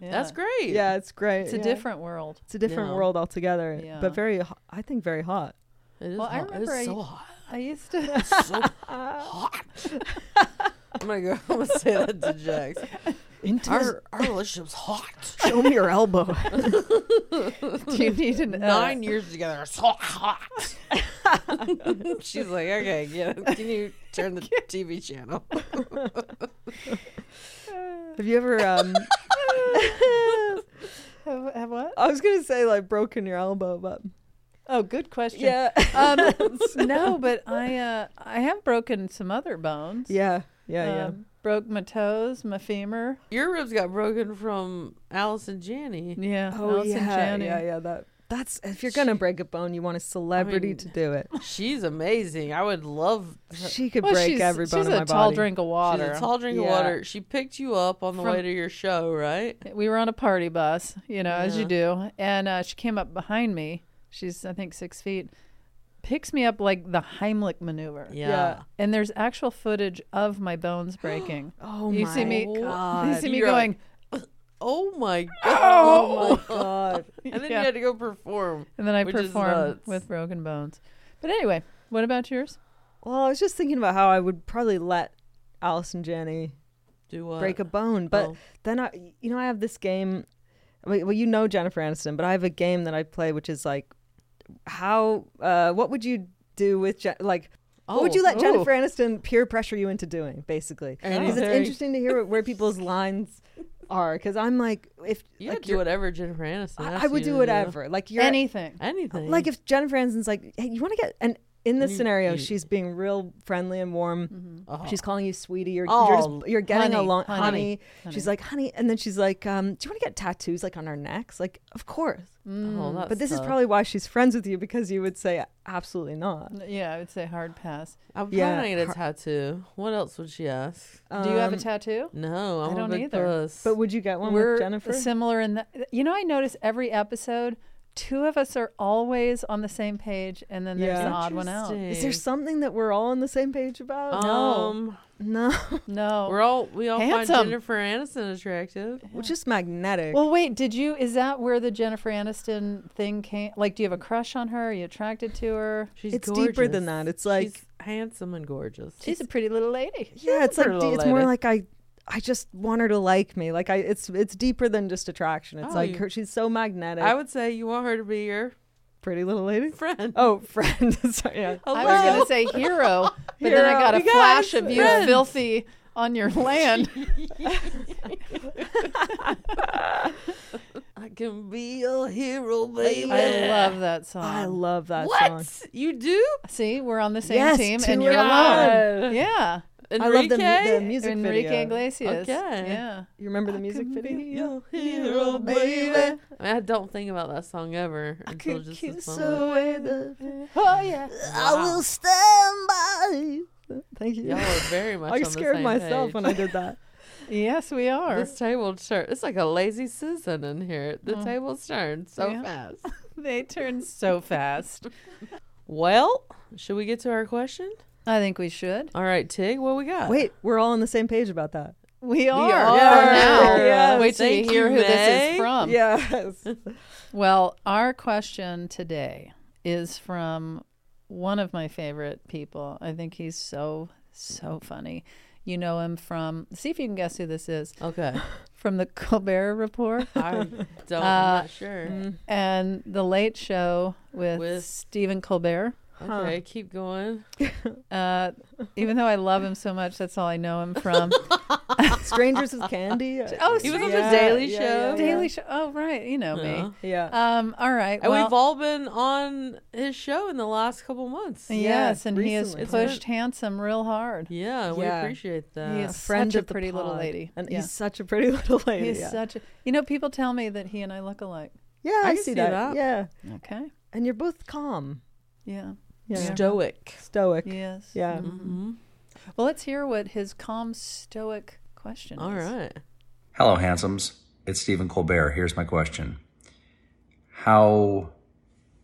Speaker 1: That's
Speaker 3: Yeah.
Speaker 1: great.
Speaker 4: yeah, it's great.
Speaker 3: It's a
Speaker 4: yeah.
Speaker 3: different world.
Speaker 4: it's a different
Speaker 1: Yeah.
Speaker 4: world altogether.
Speaker 3: Yeah.
Speaker 4: But very, ho- I think, very hot.
Speaker 1: It is
Speaker 3: Well, I
Speaker 1: hot. It is
Speaker 3: remember I-
Speaker 1: so hot.
Speaker 3: I used to.
Speaker 1: I'm gonna go. Oh I'm gonna say that to Jax.
Speaker 4: Intimacy.
Speaker 1: Our our relationship's hot.
Speaker 4: Show me your elbow.
Speaker 3: Do you need an uh,
Speaker 1: Nine years together, it's so hot. She's like, okay, yeah, can you turn the TV channel?
Speaker 4: Have you ever? Um,
Speaker 3: have- have what?
Speaker 4: I was gonna say like broken your elbow, but
Speaker 3: Oh, good question.
Speaker 4: yeah,
Speaker 3: Um, no, but I uh, I have broken some other bones.
Speaker 4: yeah, yeah,
Speaker 3: Um, Broke my toes, my femur.
Speaker 1: Your ribs got broken from Alice and Janney.
Speaker 3: Yeah.
Speaker 4: yeah. Oh
Speaker 3: Allison
Speaker 4: yeah,
Speaker 3: Janney.
Speaker 4: yeah, yeah. That that's if you're gonna break a bone, you want a celebrity
Speaker 1: mean-
Speaker 4: to do it.
Speaker 1: She's amazing. I would love.
Speaker 4: She could
Speaker 3: Well,
Speaker 4: break
Speaker 3: she's,
Speaker 4: every bone
Speaker 3: she's
Speaker 4: in
Speaker 3: a
Speaker 4: my
Speaker 3: tall
Speaker 4: body.
Speaker 3: drink of
Speaker 1: She's
Speaker 3: water.
Speaker 1: a tall drink of
Speaker 4: Yeah.
Speaker 1: water. She picked you up on the
Speaker 3: From-
Speaker 1: way to your show, right?
Speaker 3: we were on a party bus, you know, as you
Speaker 1: Yeah.
Speaker 3: do. And uh, she came up behind me. She's, I think, six feet. Picks me up like the Heimlich maneuver.
Speaker 1: Yeah.
Speaker 4: Yeah.
Speaker 3: And there's actual footage of my bones breaking.
Speaker 4: Oh
Speaker 3: you
Speaker 4: my
Speaker 3: see me,
Speaker 4: god!
Speaker 3: You see me
Speaker 1: You're
Speaker 3: going,
Speaker 1: Oh my god!
Speaker 4: Oh my god!
Speaker 1: And then
Speaker 3: Yeah.
Speaker 1: you had to go perform.
Speaker 3: and then I
Speaker 1: which is
Speaker 3: perform
Speaker 1: nuts.
Speaker 3: with broken bones. But anyway, what about yours?
Speaker 4: Well, I was just thinking about how I would probably let Alice and Jenny
Speaker 1: Do what?
Speaker 4: break a bone, but
Speaker 1: Oh.
Speaker 4: then I, you know, I have this game. Well, well, you know Jennifer Aniston, but I have a game that I play, which is like, how, uh, what would you do with Je- like. what would
Speaker 1: Oh.
Speaker 4: you let
Speaker 3: Ooh.
Speaker 4: Jennifer Aniston peer pressure you into doing, basically?
Speaker 1: And
Speaker 4: Because it's
Speaker 1: very-
Speaker 4: interesting to hear where people's lines are. Because I'm like, if
Speaker 1: You
Speaker 4: like
Speaker 1: had to do
Speaker 4: you're-
Speaker 1: whatever Jennifer Aniston.
Speaker 4: I,
Speaker 1: asked
Speaker 4: I would
Speaker 1: you
Speaker 4: do
Speaker 1: to
Speaker 4: whatever. Like you're
Speaker 3: Anything.
Speaker 1: Anything. Oh,
Speaker 4: like if Jennifer Aniston's like, hey, you want to get and in this
Speaker 1: You-
Speaker 4: scenario,
Speaker 1: you-
Speaker 4: she's being real friendly and warm.
Speaker 1: Oh.
Speaker 4: She's calling you sweetie. You're you're,
Speaker 1: Oh,
Speaker 4: just, you're getting
Speaker 3: honey,
Speaker 4: along, honey,
Speaker 3: honey,
Speaker 4: She's like, honey, and then she's like, um, do you want to get tattoos like on our necks? Like, of course.
Speaker 1: oh, that's
Speaker 4: mm, but this is
Speaker 1: tough.
Speaker 4: probably why she's friends with you because you would say absolutely not.
Speaker 3: Yeah, I would say hard pass.
Speaker 1: I'm probably
Speaker 4: yeah,
Speaker 1: not gonna get a
Speaker 4: har-
Speaker 1: tattoo. What else would she ask?
Speaker 3: Do you have a
Speaker 4: Um,
Speaker 3: tattoo?
Speaker 1: No, I'm I am a
Speaker 3: don't
Speaker 1: big
Speaker 3: either.
Speaker 1: puss.
Speaker 4: But would you get one
Speaker 3: We're
Speaker 4: with Jennifer?
Speaker 3: similar in that. You know, I notice every episode, two of us are always on the same page, and then there's
Speaker 4: Yeah.
Speaker 3: the odd one out.
Speaker 4: Is there something that we're all on the same page about?
Speaker 1: Um,
Speaker 4: no,
Speaker 3: No.
Speaker 1: we're all we all
Speaker 3: Handsome.
Speaker 1: find Jennifer Aniston attractive.
Speaker 4: we're just magnetic.
Speaker 3: well, wait. Did you? Is that where the Jennifer Aniston thing came? Like, do you have a crush on her? Are you attracted to her?
Speaker 1: She's
Speaker 4: It's deeper than
Speaker 1: gorgeous.
Speaker 4: that. It's like-
Speaker 1: She's handsome and gorgeous.
Speaker 3: She's a pretty little lady.
Speaker 4: yeah, it's like
Speaker 1: pretty little
Speaker 4: it's more
Speaker 1: lady.
Speaker 4: like I, I just want her to like me. Like I, it's it's deeper than just attraction. It's
Speaker 1: Oh,
Speaker 4: like
Speaker 1: you-
Speaker 4: her, she's so magnetic.
Speaker 1: I would say you want her to be your
Speaker 4: pretty little lady.
Speaker 1: friend.
Speaker 4: Oh, friend. Sorry, yeah.
Speaker 3: I was
Speaker 1: Hello.
Speaker 3: gonna say hero, but then I
Speaker 4: Hero.
Speaker 3: got a
Speaker 4: You
Speaker 3: flash
Speaker 4: guys,
Speaker 3: of you
Speaker 4: friends.
Speaker 3: filthy on your land.
Speaker 1: I can be a hero, baby.
Speaker 3: I love that song.
Speaker 4: I love that
Speaker 1: what
Speaker 4: song.
Speaker 1: you do.
Speaker 3: See, we're on the same
Speaker 4: Yes,
Speaker 3: team,
Speaker 4: two
Speaker 3: and you're
Speaker 4: in one.
Speaker 3: alone. Yeah,
Speaker 4: I love the, mu- the
Speaker 1: Enrique?
Speaker 4: music
Speaker 3: Enrique
Speaker 4: video.
Speaker 3: Iglesias.
Speaker 1: Okay.
Speaker 3: Yeah.
Speaker 4: You remember the music video? Oh,
Speaker 1: Your hero, baby. I, mean, I don't think about that song ever until just this moment.
Speaker 3: Oh yeah.
Speaker 4: I will stand by. you. Thank you.
Speaker 1: Y'all are very much.
Speaker 4: I
Speaker 1: on the
Speaker 4: scared
Speaker 1: same
Speaker 4: myself
Speaker 1: page.
Speaker 4: when I did that.
Speaker 3: Yes, we are.
Speaker 1: This table turned. It's like a lazy Susan in here.
Speaker 4: Mm.
Speaker 1: The table's turned so
Speaker 3: Yeah.
Speaker 1: fast.
Speaker 3: they turn so fast.
Speaker 1: Well, should we get to our question?
Speaker 3: I think we should.
Speaker 1: All right, Tig, what we got?
Speaker 4: Wait, we're all on the same page about that.
Speaker 3: We are.
Speaker 1: are.
Speaker 3: For now.
Speaker 4: Yes.
Speaker 3: Wait till
Speaker 1: Thank
Speaker 3: you hear
Speaker 1: you,
Speaker 3: who this
Speaker 1: Meg.
Speaker 3: is from.
Speaker 4: yes.
Speaker 3: Well, our question today is from one of my favorite people. I think he's so, so funny. You know him from, see if you can guess who this is,
Speaker 1: Okay.
Speaker 3: from the Colbert Report
Speaker 1: I don't. I'm
Speaker 4: Uh,
Speaker 1: not sure.
Speaker 4: mm-hmm.
Speaker 3: and The Late Show with,
Speaker 1: With-
Speaker 3: Stephen Colbert.
Speaker 1: Okay, keep going.
Speaker 3: Uh, even though I love him so much, that's all I know him from.
Speaker 4: Strangers with Candy.
Speaker 3: Oh,
Speaker 1: He was on the
Speaker 3: yeah,
Speaker 1: Daily
Speaker 4: yeah,
Speaker 1: Show.
Speaker 4: yeah, Uh-huh.
Speaker 3: Daily Show. Oh, right. You know me.
Speaker 4: Yeah.
Speaker 3: Um. All right.
Speaker 1: And
Speaker 3: well,
Speaker 1: we've all been on his show in the last couple months. Yeah,
Speaker 3: yes, and he has
Speaker 4: recently. It's
Speaker 3: pushed handsome real hard.
Speaker 1: we
Speaker 4: Yeah.
Speaker 1: appreciate that.
Speaker 3: He is
Speaker 4: friend
Speaker 3: such a
Speaker 4: of the
Speaker 3: pretty little
Speaker 4: pod.
Speaker 3: lady.
Speaker 4: and
Speaker 3: Yeah.
Speaker 4: he's such a pretty little lady.
Speaker 3: He's
Speaker 4: yeah,
Speaker 3: such a. You know, people tell me that he and I look alike.
Speaker 4: yeah
Speaker 1: I
Speaker 4: I,
Speaker 1: can
Speaker 4: see,
Speaker 1: see
Speaker 4: that.
Speaker 1: that.
Speaker 4: Yeah,
Speaker 3: Okay.
Speaker 4: and you're both calm,
Speaker 3: Yeah.
Speaker 4: Yeah.
Speaker 1: Stoic.
Speaker 4: stoic. Yeah,
Speaker 3: Yes. Mm-hmm.
Speaker 4: yeah.
Speaker 3: Well, let's hear what his calm, stoic question
Speaker 1: All
Speaker 3: is.
Speaker 1: right.
Speaker 6: Hello, handsomes. It's Stephen Colbert. Here's my question How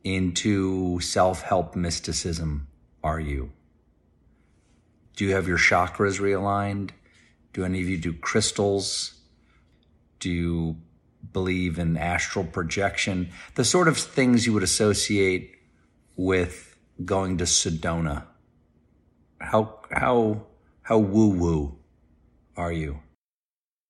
Speaker 6: into self help mysticism are you? Do you have your chakras realigned? Do any of you do crystals? Do you believe in astral projection? The sort of things you would associate with going to Sedona. How, how, how woo woo are you?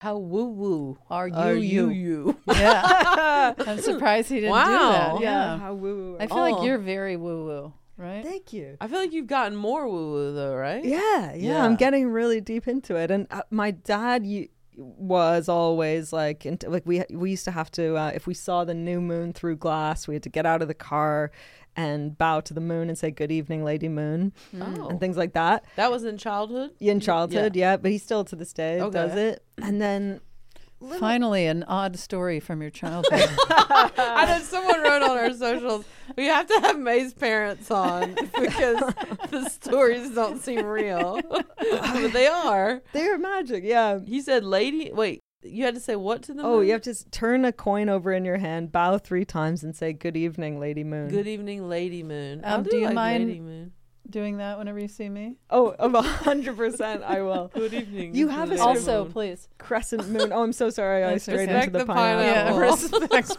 Speaker 1: How woo woo
Speaker 3: Are you
Speaker 1: you?
Speaker 3: you?
Speaker 1: you?
Speaker 3: Yeah. I'm surprised he didn't do
Speaker 1: Wow.
Speaker 3: that. Yeah.
Speaker 4: Oh, How woo woo.
Speaker 3: I feel
Speaker 1: Oh.
Speaker 3: like you're very woo woo, right?
Speaker 4: Thank you.
Speaker 1: I feel like you've gotten more woo woo though, right?
Speaker 4: Yeah, yeah, I'm
Speaker 1: Yeah.
Speaker 4: getting really deep into it, and uh, my dad you, was always like, into, like we we used to have to uh, if we saw the new moon through glass, we had to get out of the car and bow to the moon and say good evening, Lady Moon,
Speaker 3: Mm. Oh.
Speaker 4: and things like that.
Speaker 1: Oh. That was in childhood.
Speaker 4: In childhood, yeah, but he still to this day does
Speaker 1: Okay.
Speaker 4: it. And then
Speaker 3: Finally, an odd story from your childhood.
Speaker 4: Ah.
Speaker 1: I know someone wrote on our socials. We have to have May's parents on because the stories don't seem real, but they are.
Speaker 4: they are magic, yeah.
Speaker 1: He said, "Lady, wait, you had to say what to them?
Speaker 4: Oh, you have to s- turn a coin over in your hand, bow three times, and say good evening, Lady Moon.
Speaker 1: Good evening, Lady Moon. I
Speaker 3: Um, do you
Speaker 1: like
Speaker 3: mind-
Speaker 1: Lady Moon?
Speaker 3: Doing that whenever you see me.
Speaker 4: oh, of a hundred percent, I will.
Speaker 1: e- Good evening.
Speaker 4: You have a
Speaker 1: Lady
Speaker 4: Also,
Speaker 3: Also,
Speaker 1: Moon.
Speaker 3: please.
Speaker 4: Crescent moon. Oh, I'm so sorry. I
Speaker 3: That's
Speaker 4: strayed
Speaker 3: okay.
Speaker 4: into the,
Speaker 1: Respect the
Speaker 4: pineapple.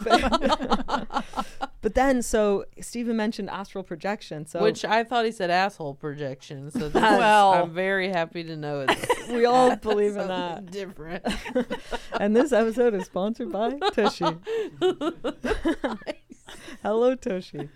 Speaker 1: pineapple.
Speaker 4: Oh, Yeah, respect. but then, so Stephen mentioned astral projection. So
Speaker 1: which I thought he said asshole projection. So this,
Speaker 3: Well.
Speaker 1: I'm very happy to know it's
Speaker 4: we all believe in that.
Speaker 1: something different.
Speaker 4: And this episode is sponsored by Tushy. Hello, Tushy.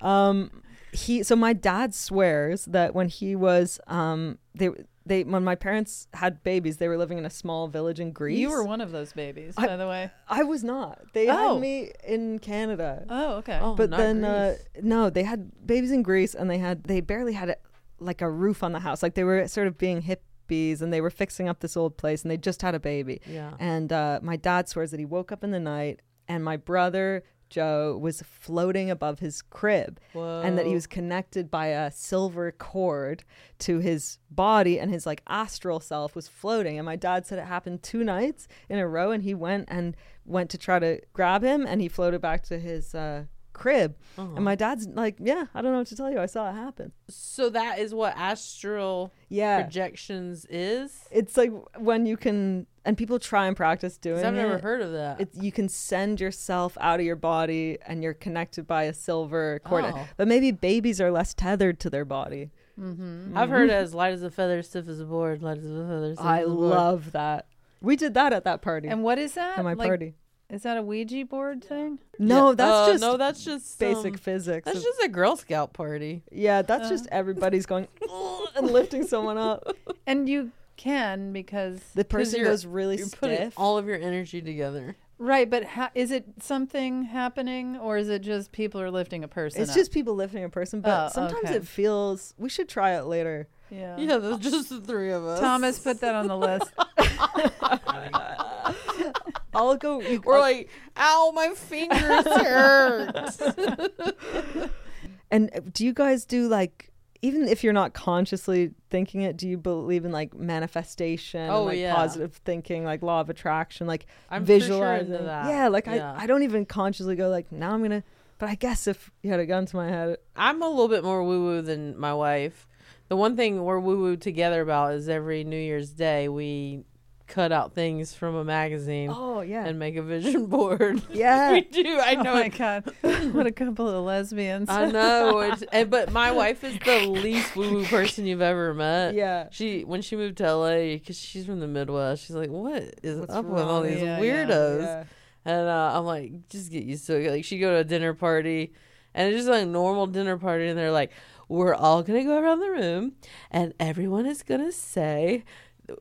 Speaker 4: Um, he. So my dad swears that when he was um, they they when my parents had babies, they were living in a small village in Greece.
Speaker 3: You were one of those babies, by the way.
Speaker 4: I was not. They
Speaker 3: Oh.
Speaker 4: had me in Canada.
Speaker 3: Oh, okay.
Speaker 1: Oh,
Speaker 4: but
Speaker 1: not
Speaker 4: then uh,
Speaker 1: Greece.
Speaker 4: no they had babies in greece and they had they barely had a, like a roof on the house like they were sort of being hippies and they were fixing up this old place and they just had a baby
Speaker 1: Yeah.
Speaker 4: and uh, my dad swears that he woke up in the night and my brother joe was floating above his crib and that he was connected by a silver cord to his body and his like astral self was floating and my dad said it happened two nights in a row and he went and went to try to grab him and he floated back to his uh crib
Speaker 1: Uh-huh.
Speaker 4: and my dad's like yeah i don't know what to tell you i saw it happen
Speaker 1: so that is what astral
Speaker 4: Yeah.
Speaker 1: projections is.
Speaker 4: it's like when you can and people try and practice doing
Speaker 1: 'Cause I've never
Speaker 4: it.
Speaker 1: heard of that.
Speaker 4: It's you can send yourself out of your body and you're connected by a silver cord
Speaker 1: Oh.
Speaker 4: but maybe babies are less tethered to their body
Speaker 1: I've heard as light as a feather, stiff as a board, light as a feather, stiff
Speaker 4: i
Speaker 1: as a board.
Speaker 4: love that we did that at that party
Speaker 3: And what is that?
Speaker 4: at my
Speaker 3: Like,
Speaker 4: party
Speaker 3: Is that a Ouija board thing?
Speaker 4: no that's
Speaker 1: Uh,
Speaker 4: just
Speaker 1: no, that's just
Speaker 4: basic
Speaker 1: um,
Speaker 4: physics
Speaker 1: That's just a Girl Scout party.
Speaker 4: yeah that's just everybody's going "Ugh," and lifting someone up
Speaker 3: And you can because
Speaker 4: the
Speaker 1: 'Cause
Speaker 4: person
Speaker 1: you're-
Speaker 4: goes really
Speaker 1: you're putting
Speaker 4: stiff
Speaker 1: all of your energy together.
Speaker 3: right, but ha- is it something happening or is it just people are lifting a person?
Speaker 4: it's
Speaker 3: up?
Speaker 4: just people lifting a person but
Speaker 3: Oh,
Speaker 4: sometimes
Speaker 3: okay.
Speaker 4: it feels we should try it later
Speaker 3: yeah.
Speaker 1: Yeah, that's just the three of us.
Speaker 3: Thomas, put that on the list.
Speaker 4: i'll go you,
Speaker 1: We're like, ow, my fingers hurt.
Speaker 4: And uh, do you guys do like even if you're not consciously thinking it, do you believe in like manifestation,
Speaker 1: Oh,
Speaker 4: and, like
Speaker 1: yeah.
Speaker 4: positive thinking, like law of attraction, like
Speaker 1: I'm for sure into
Speaker 4: visualizing?
Speaker 1: that.
Speaker 4: Yeah, like
Speaker 1: Yeah.
Speaker 4: I, I don't even consciously go like now I'm gonna. But I guess if you had a gun to my head,
Speaker 1: I'm a little bit more woo woo than my wife. The one thing we're woo woo together about is every New Year's Day we cut out things from a magazine
Speaker 4: oh yeah,
Speaker 1: and make a vision board.
Speaker 4: Yeah.
Speaker 1: we do. I
Speaker 3: oh
Speaker 1: know.
Speaker 3: my
Speaker 1: it-
Speaker 3: god, what a couple of lesbians!
Speaker 1: I know. It's, and, but my wife is the least woo woo person you've ever met.
Speaker 4: yeah.
Speaker 1: She when she moved to LA because she's from the Midwest. She's like, what is up with all
Speaker 4: wrong?
Speaker 1: these
Speaker 3: Yeah, yeah,
Speaker 1: weirdos?
Speaker 4: yeah.
Speaker 1: And uh, I'm like, just get used to it. Like she'd go to a dinner party, And it's just like a normal dinner party. And they're like, we're all going to go around the room and everyone is going to say,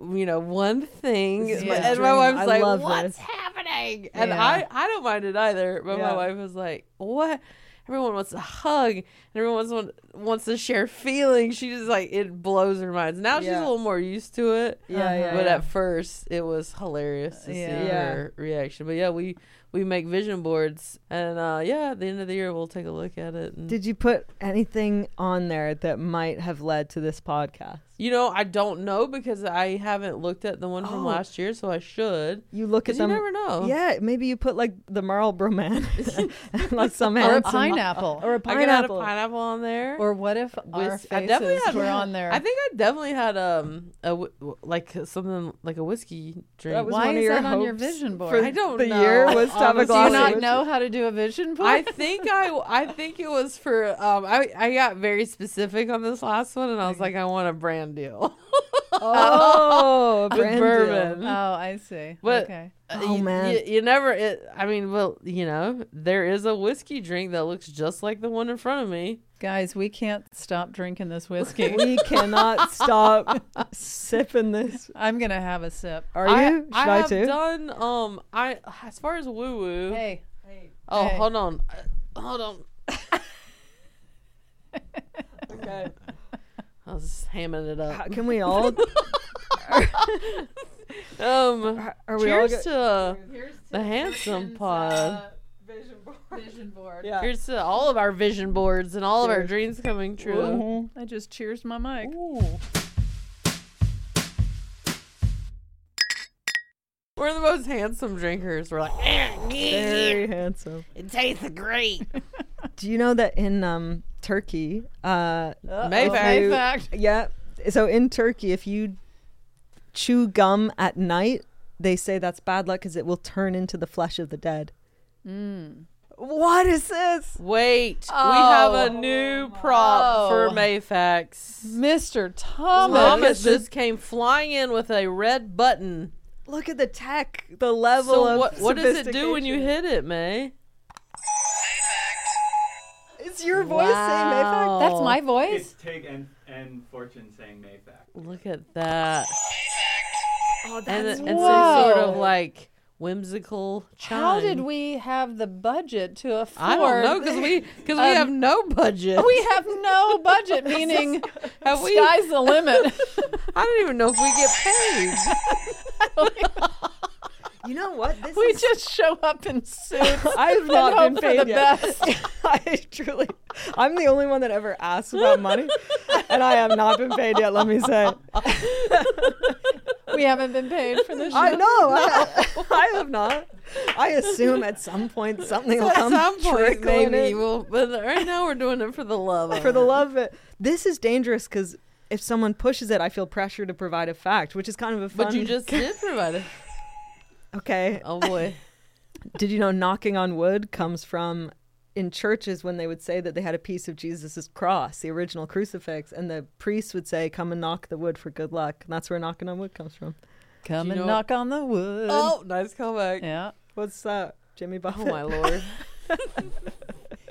Speaker 1: you know, one thing.
Speaker 4: This is my
Speaker 1: and my
Speaker 4: dream.
Speaker 1: wife's
Speaker 4: I
Speaker 1: like,
Speaker 4: love
Speaker 1: what's
Speaker 4: this."
Speaker 1: happening? And
Speaker 4: Yeah.
Speaker 1: I, I don't mind it either. But my
Speaker 4: Yeah.
Speaker 1: wife was like, what? Everyone wants a hug. And everyone wants, wants to share feelings. She just like, it blows her mind. Now she's a
Speaker 4: Yeah.
Speaker 1: little more used to it. Uh-huh.
Speaker 4: Yeah, yeah,
Speaker 1: But
Speaker 4: yeah.
Speaker 1: at first, it was hilarious to
Speaker 3: Yeah.
Speaker 1: see
Speaker 4: Yeah.
Speaker 1: her reaction. But yeah, we we make vision boards, and uh, yeah, at the end of the year, we'll take a look at it. And,
Speaker 4: Did you put anything on there that might have led to this podcast?
Speaker 1: you know, I don't know because I haven't looked at the one from last year, so I should.
Speaker 4: Oh. You look at
Speaker 1: 'Cause you
Speaker 4: them.
Speaker 1: never know.
Speaker 4: Yeah, maybe you put like the Marlboro Man, and, like some
Speaker 3: Or a
Speaker 4: handsome-
Speaker 3: pineapple.
Speaker 4: or a
Speaker 1: I could add a
Speaker 4: pineapple.
Speaker 1: pineapple on there.
Speaker 3: Or what if our
Speaker 1: Whis- I definitely
Speaker 3: faces
Speaker 1: had
Speaker 3: were
Speaker 1: one.
Speaker 3: on there?
Speaker 1: I think I definitely had um a w- w- like something like a whiskey
Speaker 4: That
Speaker 1: drink.
Speaker 4: was
Speaker 3: Why
Speaker 4: one of
Speaker 3: is
Speaker 4: your
Speaker 3: that on your
Speaker 4: hopes
Speaker 3: vision board?
Speaker 4: for
Speaker 1: I don't
Speaker 4: the
Speaker 1: know,
Speaker 4: year was to have a
Speaker 1: honestly.
Speaker 3: Do you
Speaker 4: glass. of
Speaker 3: not
Speaker 4: whiskey.
Speaker 3: know how to do a vision board?
Speaker 1: I think I I think it was for um I I got very specific on this last one and I was like I want a brand deal.
Speaker 4: Oh, brand
Speaker 1: bourbon.
Speaker 4: deal.
Speaker 3: oh, I see.
Speaker 1: But-
Speaker 3: okay.
Speaker 1: Uh,
Speaker 4: Oh,
Speaker 1: you,
Speaker 4: man.
Speaker 1: you, you never. It, I mean, well, you know, there is a whiskey drink that looks just like the one in front of me.
Speaker 3: Guys, we can't stop drinking this whiskey.
Speaker 4: We cannot stop sipping this.
Speaker 3: I'm going to have a sip.
Speaker 4: Are
Speaker 1: I,
Speaker 4: you? Should
Speaker 1: I
Speaker 4: I,
Speaker 1: have
Speaker 4: too?
Speaker 1: done. Um, I as far as woo woo.
Speaker 3: Hey.
Speaker 1: oh,
Speaker 3: hey.
Speaker 1: hold on, Uh, hold on.
Speaker 4: Okay.
Speaker 1: I was just hamming it
Speaker 4: How-
Speaker 1: up.
Speaker 4: Can we all?
Speaker 1: Um,
Speaker 4: Are, are we all?
Speaker 1: cheers
Speaker 4: Go-
Speaker 1: to uh, the handsome pod.
Speaker 3: Vision board.
Speaker 4: uh, yeah.
Speaker 1: Here's to all of our vision boards and all of our dreams coming true.
Speaker 3: I just cheers my mic.
Speaker 1: We're the most handsome drinkers. We're like, "Eh,
Speaker 4: Very handsome.
Speaker 1: it tastes great.
Speaker 4: Do you know that in um Turkey, uh,
Speaker 1: Mayfair.
Speaker 4: you-
Speaker 3: Fact.
Speaker 4: yeah, so in Turkey, if you chew gum at night, they say that's bad luck because it will turn into the flesh of the dead.
Speaker 1: Mm.
Speaker 4: What is this?
Speaker 1: Wait,
Speaker 4: Oh.
Speaker 1: we have a new prop for Mayfax.
Speaker 3: Mr. Thomas.
Speaker 1: Thomas just came flying in with a red button.
Speaker 4: Look at the tech, the level
Speaker 1: So
Speaker 4: of
Speaker 1: what, what does it do when you
Speaker 4: sophistication.
Speaker 1: hit it, May?
Speaker 4: It's your voice saying Mayfax.
Speaker 3: That's my voice?
Speaker 7: It's Tig and, and Fortune saying Mayfac.
Speaker 1: Look at that.
Speaker 4: Oh,
Speaker 1: And,
Speaker 4: that's
Speaker 1: and some sort of
Speaker 3: Whoa.
Speaker 1: like whimsical chime.
Speaker 3: How did we have the budget to afford?
Speaker 1: I don't know because we because we have no budget.
Speaker 4: Oh,
Speaker 3: we have no budget, meaning
Speaker 1: Have we-
Speaker 3: sky's the limit.
Speaker 1: I don't even know if we get paid.
Speaker 4: you know what? This
Speaker 3: we
Speaker 4: is-
Speaker 3: just show up in suits.
Speaker 4: I have not
Speaker 3: hope
Speaker 4: been
Speaker 3: for
Speaker 4: paid
Speaker 3: the
Speaker 4: yet.
Speaker 3: best.
Speaker 4: I truly, I'm the only one that ever asks about money, and I have not been paid yet. Let me say,
Speaker 3: We haven't been paid for this.
Speaker 4: I
Speaker 3: show.
Speaker 4: know I, I have not. I assume at some point something will
Speaker 1: At
Speaker 4: come
Speaker 1: some point,
Speaker 4: trickling
Speaker 1: maybe.
Speaker 4: in
Speaker 1: We'll, but right now we're doing it for the love of
Speaker 4: for the
Speaker 1: it.
Speaker 4: love of it. This is dangerous because if someone pushes it, I feel pressure to provide a fact, which is kind of a fun.
Speaker 1: But you just did provide it.
Speaker 4: okay.
Speaker 1: Oh boy.
Speaker 4: Did you know knocking on wood comes from in churches when they would say that they had a piece of Jesus's cross, the original crucifix, and the priest would say, "Come and knock the wood for good luck." And that's where knocking on wood comes from.
Speaker 3: Come
Speaker 1: You
Speaker 3: and
Speaker 1: know-
Speaker 3: knock on the wood.
Speaker 1: Oh, nice callback.
Speaker 3: Yeah.
Speaker 4: What's that, Jimmy Buffett?
Speaker 1: Oh my lord.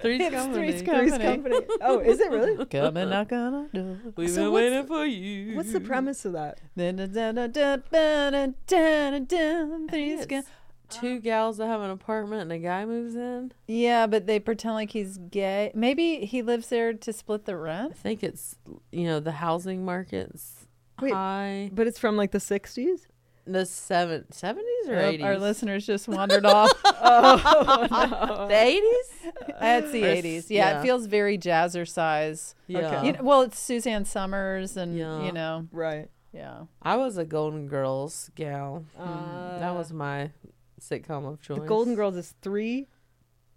Speaker 1: Three's
Speaker 3: It's
Speaker 1: Company.
Speaker 3: Three's
Speaker 4: Three's
Speaker 3: Company.
Speaker 4: Company. Oh, is it really?
Speaker 3: Come and knock on the door.
Speaker 1: We've
Speaker 4: So
Speaker 1: been
Speaker 4: what's-
Speaker 1: waiting for you.
Speaker 4: What's the premise of that?
Speaker 3: Dun, dun, dun, dun, dun, dun, dun, dun, dun, Three's
Speaker 1: It's
Speaker 3: Company.
Speaker 1: two gals that have an apartment and a guy moves in.
Speaker 3: Yeah, but they pretend like he's gay. Maybe he lives there to split the rent.
Speaker 1: I think it's you know the housing markets
Speaker 4: Wait.
Speaker 1: high.
Speaker 4: But it's from like the '60s.
Speaker 1: The seven seventies or
Speaker 3: Oh,
Speaker 1: eighties.
Speaker 3: Our listeners just wandered off.
Speaker 4: Oh.
Speaker 1: the eighties.
Speaker 3: That's the
Speaker 1: Or s-
Speaker 3: eighties. Yeah,
Speaker 1: yeah.
Speaker 3: it feels very jazzercise.
Speaker 1: Yeah.
Speaker 3: You know, well, it's Suzanne Summers, and
Speaker 1: Yeah.
Speaker 3: you know,
Speaker 4: Right.
Speaker 3: yeah.
Speaker 1: I was a Golden Girls gal.
Speaker 4: Oh,
Speaker 1: that was my sitcom of choice.
Speaker 4: Uh, The Golden Girls is three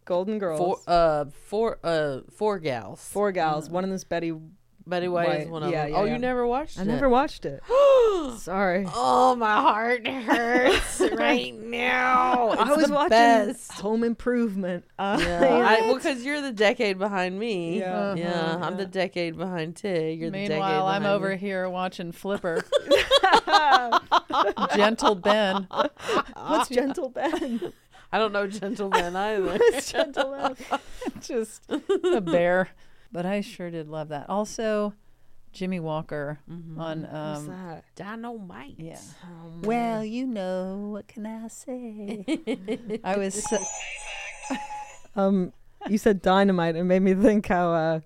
Speaker 4: Golden Girls,
Speaker 1: Hmm. Four,
Speaker 4: four,
Speaker 1: uh, mm. four, uh, four gals.
Speaker 4: gals. One of them's Betty.
Speaker 1: Betty White, is
Speaker 4: White.
Speaker 1: one of
Speaker 4: Yeah,
Speaker 1: them.
Speaker 4: yeah,
Speaker 1: oh,
Speaker 4: yeah.
Speaker 1: you never watched
Speaker 4: I
Speaker 1: it?
Speaker 4: never watched it. Sorry.
Speaker 1: Oh, my heart hurts right now. It's
Speaker 4: I was
Speaker 1: the
Speaker 4: watching
Speaker 1: best.
Speaker 4: Home Improvement. Uh,
Speaker 1: Yeah, I, well, because you're the decade behind me.
Speaker 4: Yeah.
Speaker 1: yeah. I'm the decade behind Tig. You're the decade
Speaker 3: Meanwhile, I'm
Speaker 1: behind
Speaker 3: over
Speaker 1: me.
Speaker 3: here watching Flipper. Gentle Ben.
Speaker 4: Ah. What's Gentle Ben?
Speaker 1: I don't know gentlemen either.
Speaker 3: It's gentle just a bear. But I sure did love that. Also, Jimmy Walker
Speaker 1: Mm-hmm.
Speaker 3: on.
Speaker 4: What's
Speaker 3: Um,
Speaker 4: that?
Speaker 1: Dynamite. Um,
Speaker 3: yeah. well, you know what can I say? I was. So,
Speaker 4: Um, you said dynamite. It made me think how uh,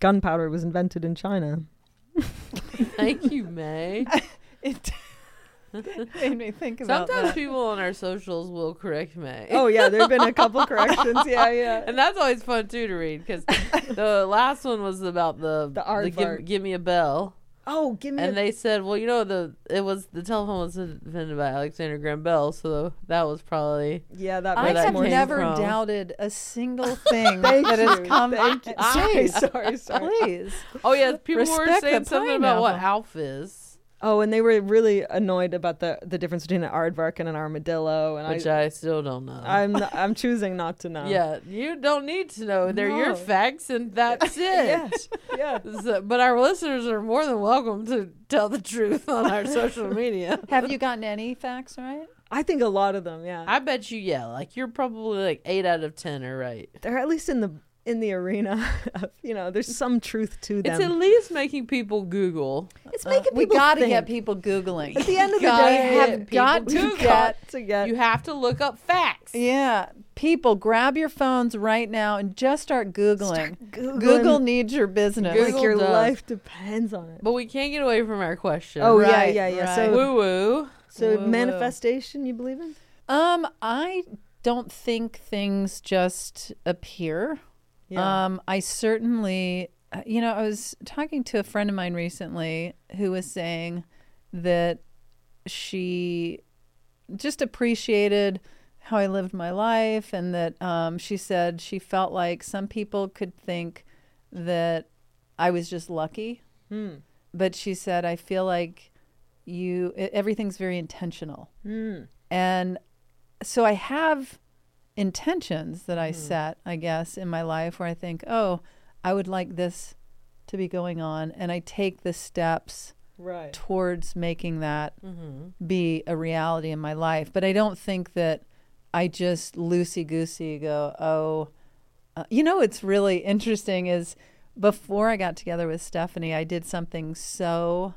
Speaker 4: gunpowder was invented in China.
Speaker 1: Thank you, May.
Speaker 3: it made me think about
Speaker 1: Sometimes
Speaker 3: that.
Speaker 1: people on our socials will correct May.
Speaker 4: Oh yeah, there have been a couple corrections. Yeah, yeah.
Speaker 1: And that's always fun too to read because the last one was about the
Speaker 4: The aardvark.
Speaker 1: give, give me a bell,
Speaker 4: Oh, give me.
Speaker 1: and they said, well, you know, the it was the telephone was invented by Alexander Graham Bell, so that was probably
Speaker 4: yeah, that
Speaker 3: I
Speaker 1: where
Speaker 4: makes
Speaker 3: have
Speaker 4: more.
Speaker 1: came
Speaker 3: never
Speaker 1: from.
Speaker 3: doubted a single thing
Speaker 4: Thank
Speaker 3: that has
Speaker 4: you,
Speaker 3: come.
Speaker 4: thank you. Sorry, sorry, sorry.
Speaker 3: Please.
Speaker 1: Oh yeah, people were
Speaker 3: Respect the
Speaker 1: saying something about what
Speaker 3: pineapple.
Speaker 1: Alf is,
Speaker 4: Oh, and they were really annoyed about the the difference between an aardvark and an armadillo. And
Speaker 1: which
Speaker 4: I,
Speaker 1: I, still don't know.
Speaker 4: I, am I'm choosing not to know.
Speaker 1: yeah, you don't need to know. They're your
Speaker 4: No.
Speaker 1: facts, and that's it.
Speaker 4: yeah.
Speaker 1: So- but our listeners are more than welcome to tell the truth on our social media.
Speaker 3: Have you gotten any facts right?
Speaker 4: I think a lot of them. Yeah,
Speaker 1: I bet you, yeah, like you're probably like eight out of ten are right.
Speaker 4: they're at least in the in the arena. Of, you know, there's some truth to them. Uh,
Speaker 1: It's at least making people Google.
Speaker 4: it's making
Speaker 3: we gotta get
Speaker 4: think.
Speaker 3: people googling.
Speaker 4: At the end of the
Speaker 3: Gotta
Speaker 4: day,
Speaker 3: have
Speaker 4: people
Speaker 3: got
Speaker 4: do
Speaker 3: to
Speaker 4: got
Speaker 3: get-
Speaker 4: to get.
Speaker 1: You have to look up facts.
Speaker 3: Yeah, people, grab your phones right now and just start googling.
Speaker 4: Googling.
Speaker 3: Google needs your business.
Speaker 1: Google
Speaker 4: like your
Speaker 1: does.
Speaker 4: life depends on it.
Speaker 1: But we can't get away from our question.
Speaker 4: Oh
Speaker 3: Right,
Speaker 4: yeah, yeah, yeah.
Speaker 3: right.
Speaker 4: So,
Speaker 1: woo woo.
Speaker 4: so
Speaker 3: woo.
Speaker 4: manifestation, you believe in?
Speaker 3: Um, I don't think things just appear. Um, I certainly, uh, you know, I was talking to a friend of mine recently who was saying that she just appreciated how I lived my life, and that um, she said she felt like some people could think that I was just lucky, but she said I feel like you e- everything's very intentional, and so I have intentions that I set, I guess, in my life where I think, oh, I would like this to be going on, and I take the steps
Speaker 4: right.
Speaker 3: towards making that be a reality in my life. But I don't think that I just loosey goosey go, oh, uh, you know, it's really interesting is before I got together with Stephanie, I did something so.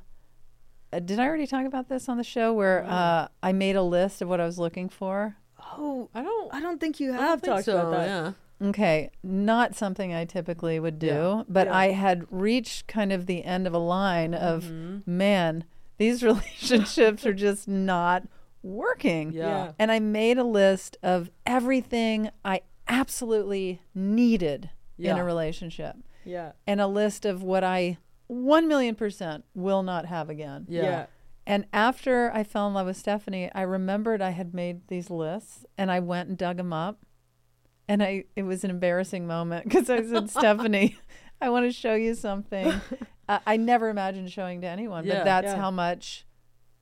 Speaker 3: Uh, did I already talk about this on the show where uh, I made a list of what I was looking for?
Speaker 4: Oh,
Speaker 1: I don't.
Speaker 4: I don't think you
Speaker 1: I don't
Speaker 4: have
Speaker 1: think
Speaker 4: talked
Speaker 1: so,
Speaker 4: about that.
Speaker 1: Yeah.
Speaker 3: Okay, not something I typically would do, but I had reached kind of the end of a line of
Speaker 1: Mm-hmm.
Speaker 3: man, these relationships are just not working.
Speaker 1: Yeah. Yeah.
Speaker 3: And I made a list of everything I absolutely needed in
Speaker 1: Yeah.
Speaker 3: a relationship
Speaker 4: Yeah.
Speaker 3: and a list of what I 1 million percent will not have again.
Speaker 1: Yeah.
Speaker 4: Yeah.
Speaker 3: And after I fell in love with Stephanie, I remembered I had made these lists and I went and dug them up. And I it was an embarrassing moment because I said, Stephanie, I want to show you something. Uh, I never imagined showing to anyone,
Speaker 1: Yeah,
Speaker 3: but that's
Speaker 4: yeah.
Speaker 3: how much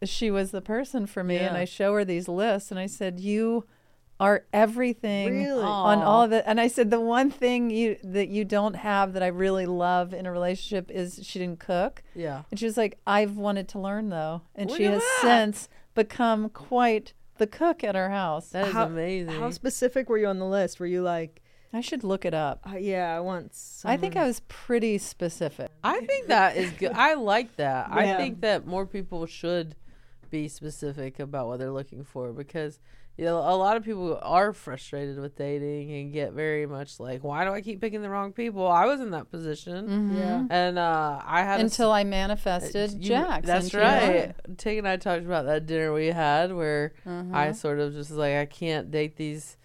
Speaker 3: she was the person for me. And
Speaker 1: Yeah.
Speaker 3: I show her these lists and I said, You are everything
Speaker 4: Really?
Speaker 3: on all of it. And I said, The one thing you that you don't have that I really love in a relationship is she didn't cook.
Speaker 1: Yeah.
Speaker 3: And she was like, I've wanted to learn though. And
Speaker 1: Look
Speaker 3: she
Speaker 1: at
Speaker 3: has
Speaker 1: that.
Speaker 3: since become quite the cook at her house.
Speaker 1: That is
Speaker 4: How-
Speaker 1: amazing.
Speaker 4: How specific were you on the list? Were you like,
Speaker 3: I should look it up.
Speaker 4: uh, yeah, I want some.
Speaker 3: I think I was pretty specific.
Speaker 1: I think that is good. I like that. I
Speaker 4: Yeah.
Speaker 1: think that more people should be specific about what they're looking for because you know a lot of people are frustrated with dating and get very much like, why do I keep picking the wrong people? I was in that position,
Speaker 4: Yeah.
Speaker 1: and uh, I had a s-
Speaker 3: Mm-hmm. Until I manifested
Speaker 1: you-
Speaker 3: Jack's.
Speaker 1: That's
Speaker 3: into
Speaker 1: right.
Speaker 3: mine.
Speaker 1: Tig and I talked about that dinner we had where
Speaker 3: Mm-hmm.
Speaker 1: I sort of just was like, I can't date these